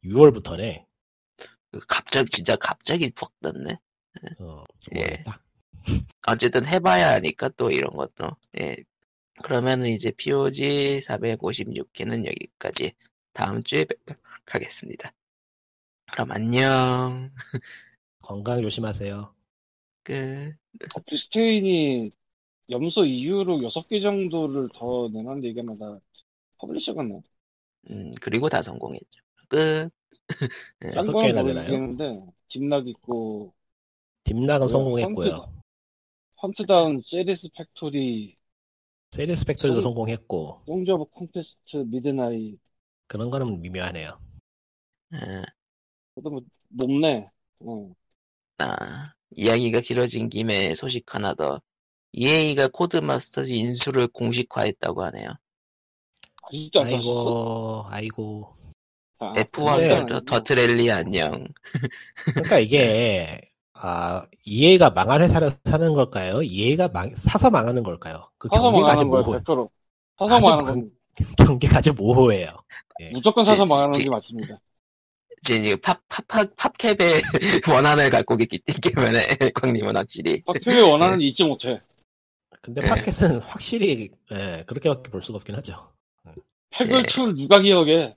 6월부터네. 갑자기, 진짜 갑자기 푹 떴네. 어, 예. 딱. 어쨌든 해봐야 하니까 또 이런 것도. 예. 그러면은 이제 POG 456회는 여기까지. 다음 주에 뵙도록 하겠습니다. 그럼 안녕. 건강 조심하세요. 끝. 커플스테인이 염소 이후로 6개 정도를 더 내놨는데 이게 마다 퍼블리셔 같네 음, 그리고 다 성공했죠. 끝. *laughs* 예. 딴 여섯 거는 개나 되나요? 모르겠는데 딥락 있고 딥락은 뭐야, 성공했고요. 펀트다. 헌트다운 세리스 팩토리 세리스 팩토리도 성공- 성공했고 송즈 오브 콘테스트 미드나이 그런 거는 미묘하네요. 아, 그것도 뭐 높네 어. 아, 이야기가 길어진 김에 소식 하나 더. EA가 코드마스터즈 인수를 공식화했다고 하네요. 아직도 안 썼어? 아이고 아이고. 아, F1 근데- 더- 더트랠리 안녕. 그러니까 이게 아 EA가 망한 회사를 사는 걸까요? EA가 망, 사서 망하는 걸까요? 그 사서 경계가 아직 망하는 거야 모호. 100% 사서 아주 망하는 그- 건 *laughs* 경계가 아직 모호해요. 예, 무조건 사서 지- 망하는 지- 게 맞습니다 이제 팝, 팝, 팝, 팝캡의 *laughs* 원한을 갖고 있기 때문에, 광님은 확실히. 박표의 원하는 잊지 못해 근데 예. 네. 팟캐스트는 확실히 예, 그렇게밖에 볼 수가 없긴 하죠. 팩을 예. 툴 누가 기억해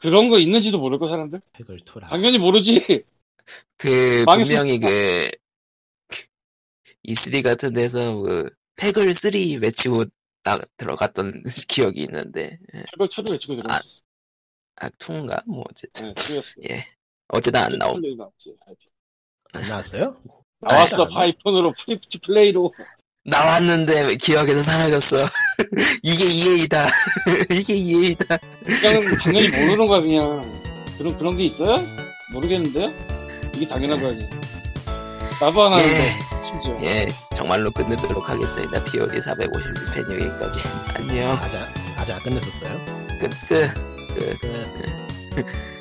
그런 거 있는지도 모를 거 사람들 팩을 투라. 당연히 *laughs* 모르지 *laughs* 그, 망했습니다. 분명히 그, E3 같은 데서 그, 팩을 3 외치고 딱 들어갔던 *laughs* 기억이 있는데, 예. 팩을 툴을 외치고 아, 들어갔어 아, 2인가? 뭐, 어쨌든. 네, 툴이었어 예. 어쨌든 안 나옴. 툴이 나왔지. 안 나왔어요? 나왔어 아니, 파이폰으로 프리프트 플레이로 나왔는데 기억에서 사라졌어. *laughs* 이게 EA다. *laughs* 이게 EA다. 그냥 당연히 모르는 거야 그냥 그런 그런 게 있어요? 모르겠는데요? 이게 당연한 거야 그냥. 나도 안 하는데 예. 심지어 예. 정말로 끝내도록 하겠습니다. POG 456편 여기까지. *laughs* 안녕. 아직 아직 안 끝냈었어요? 네. 끝, 끝. 그-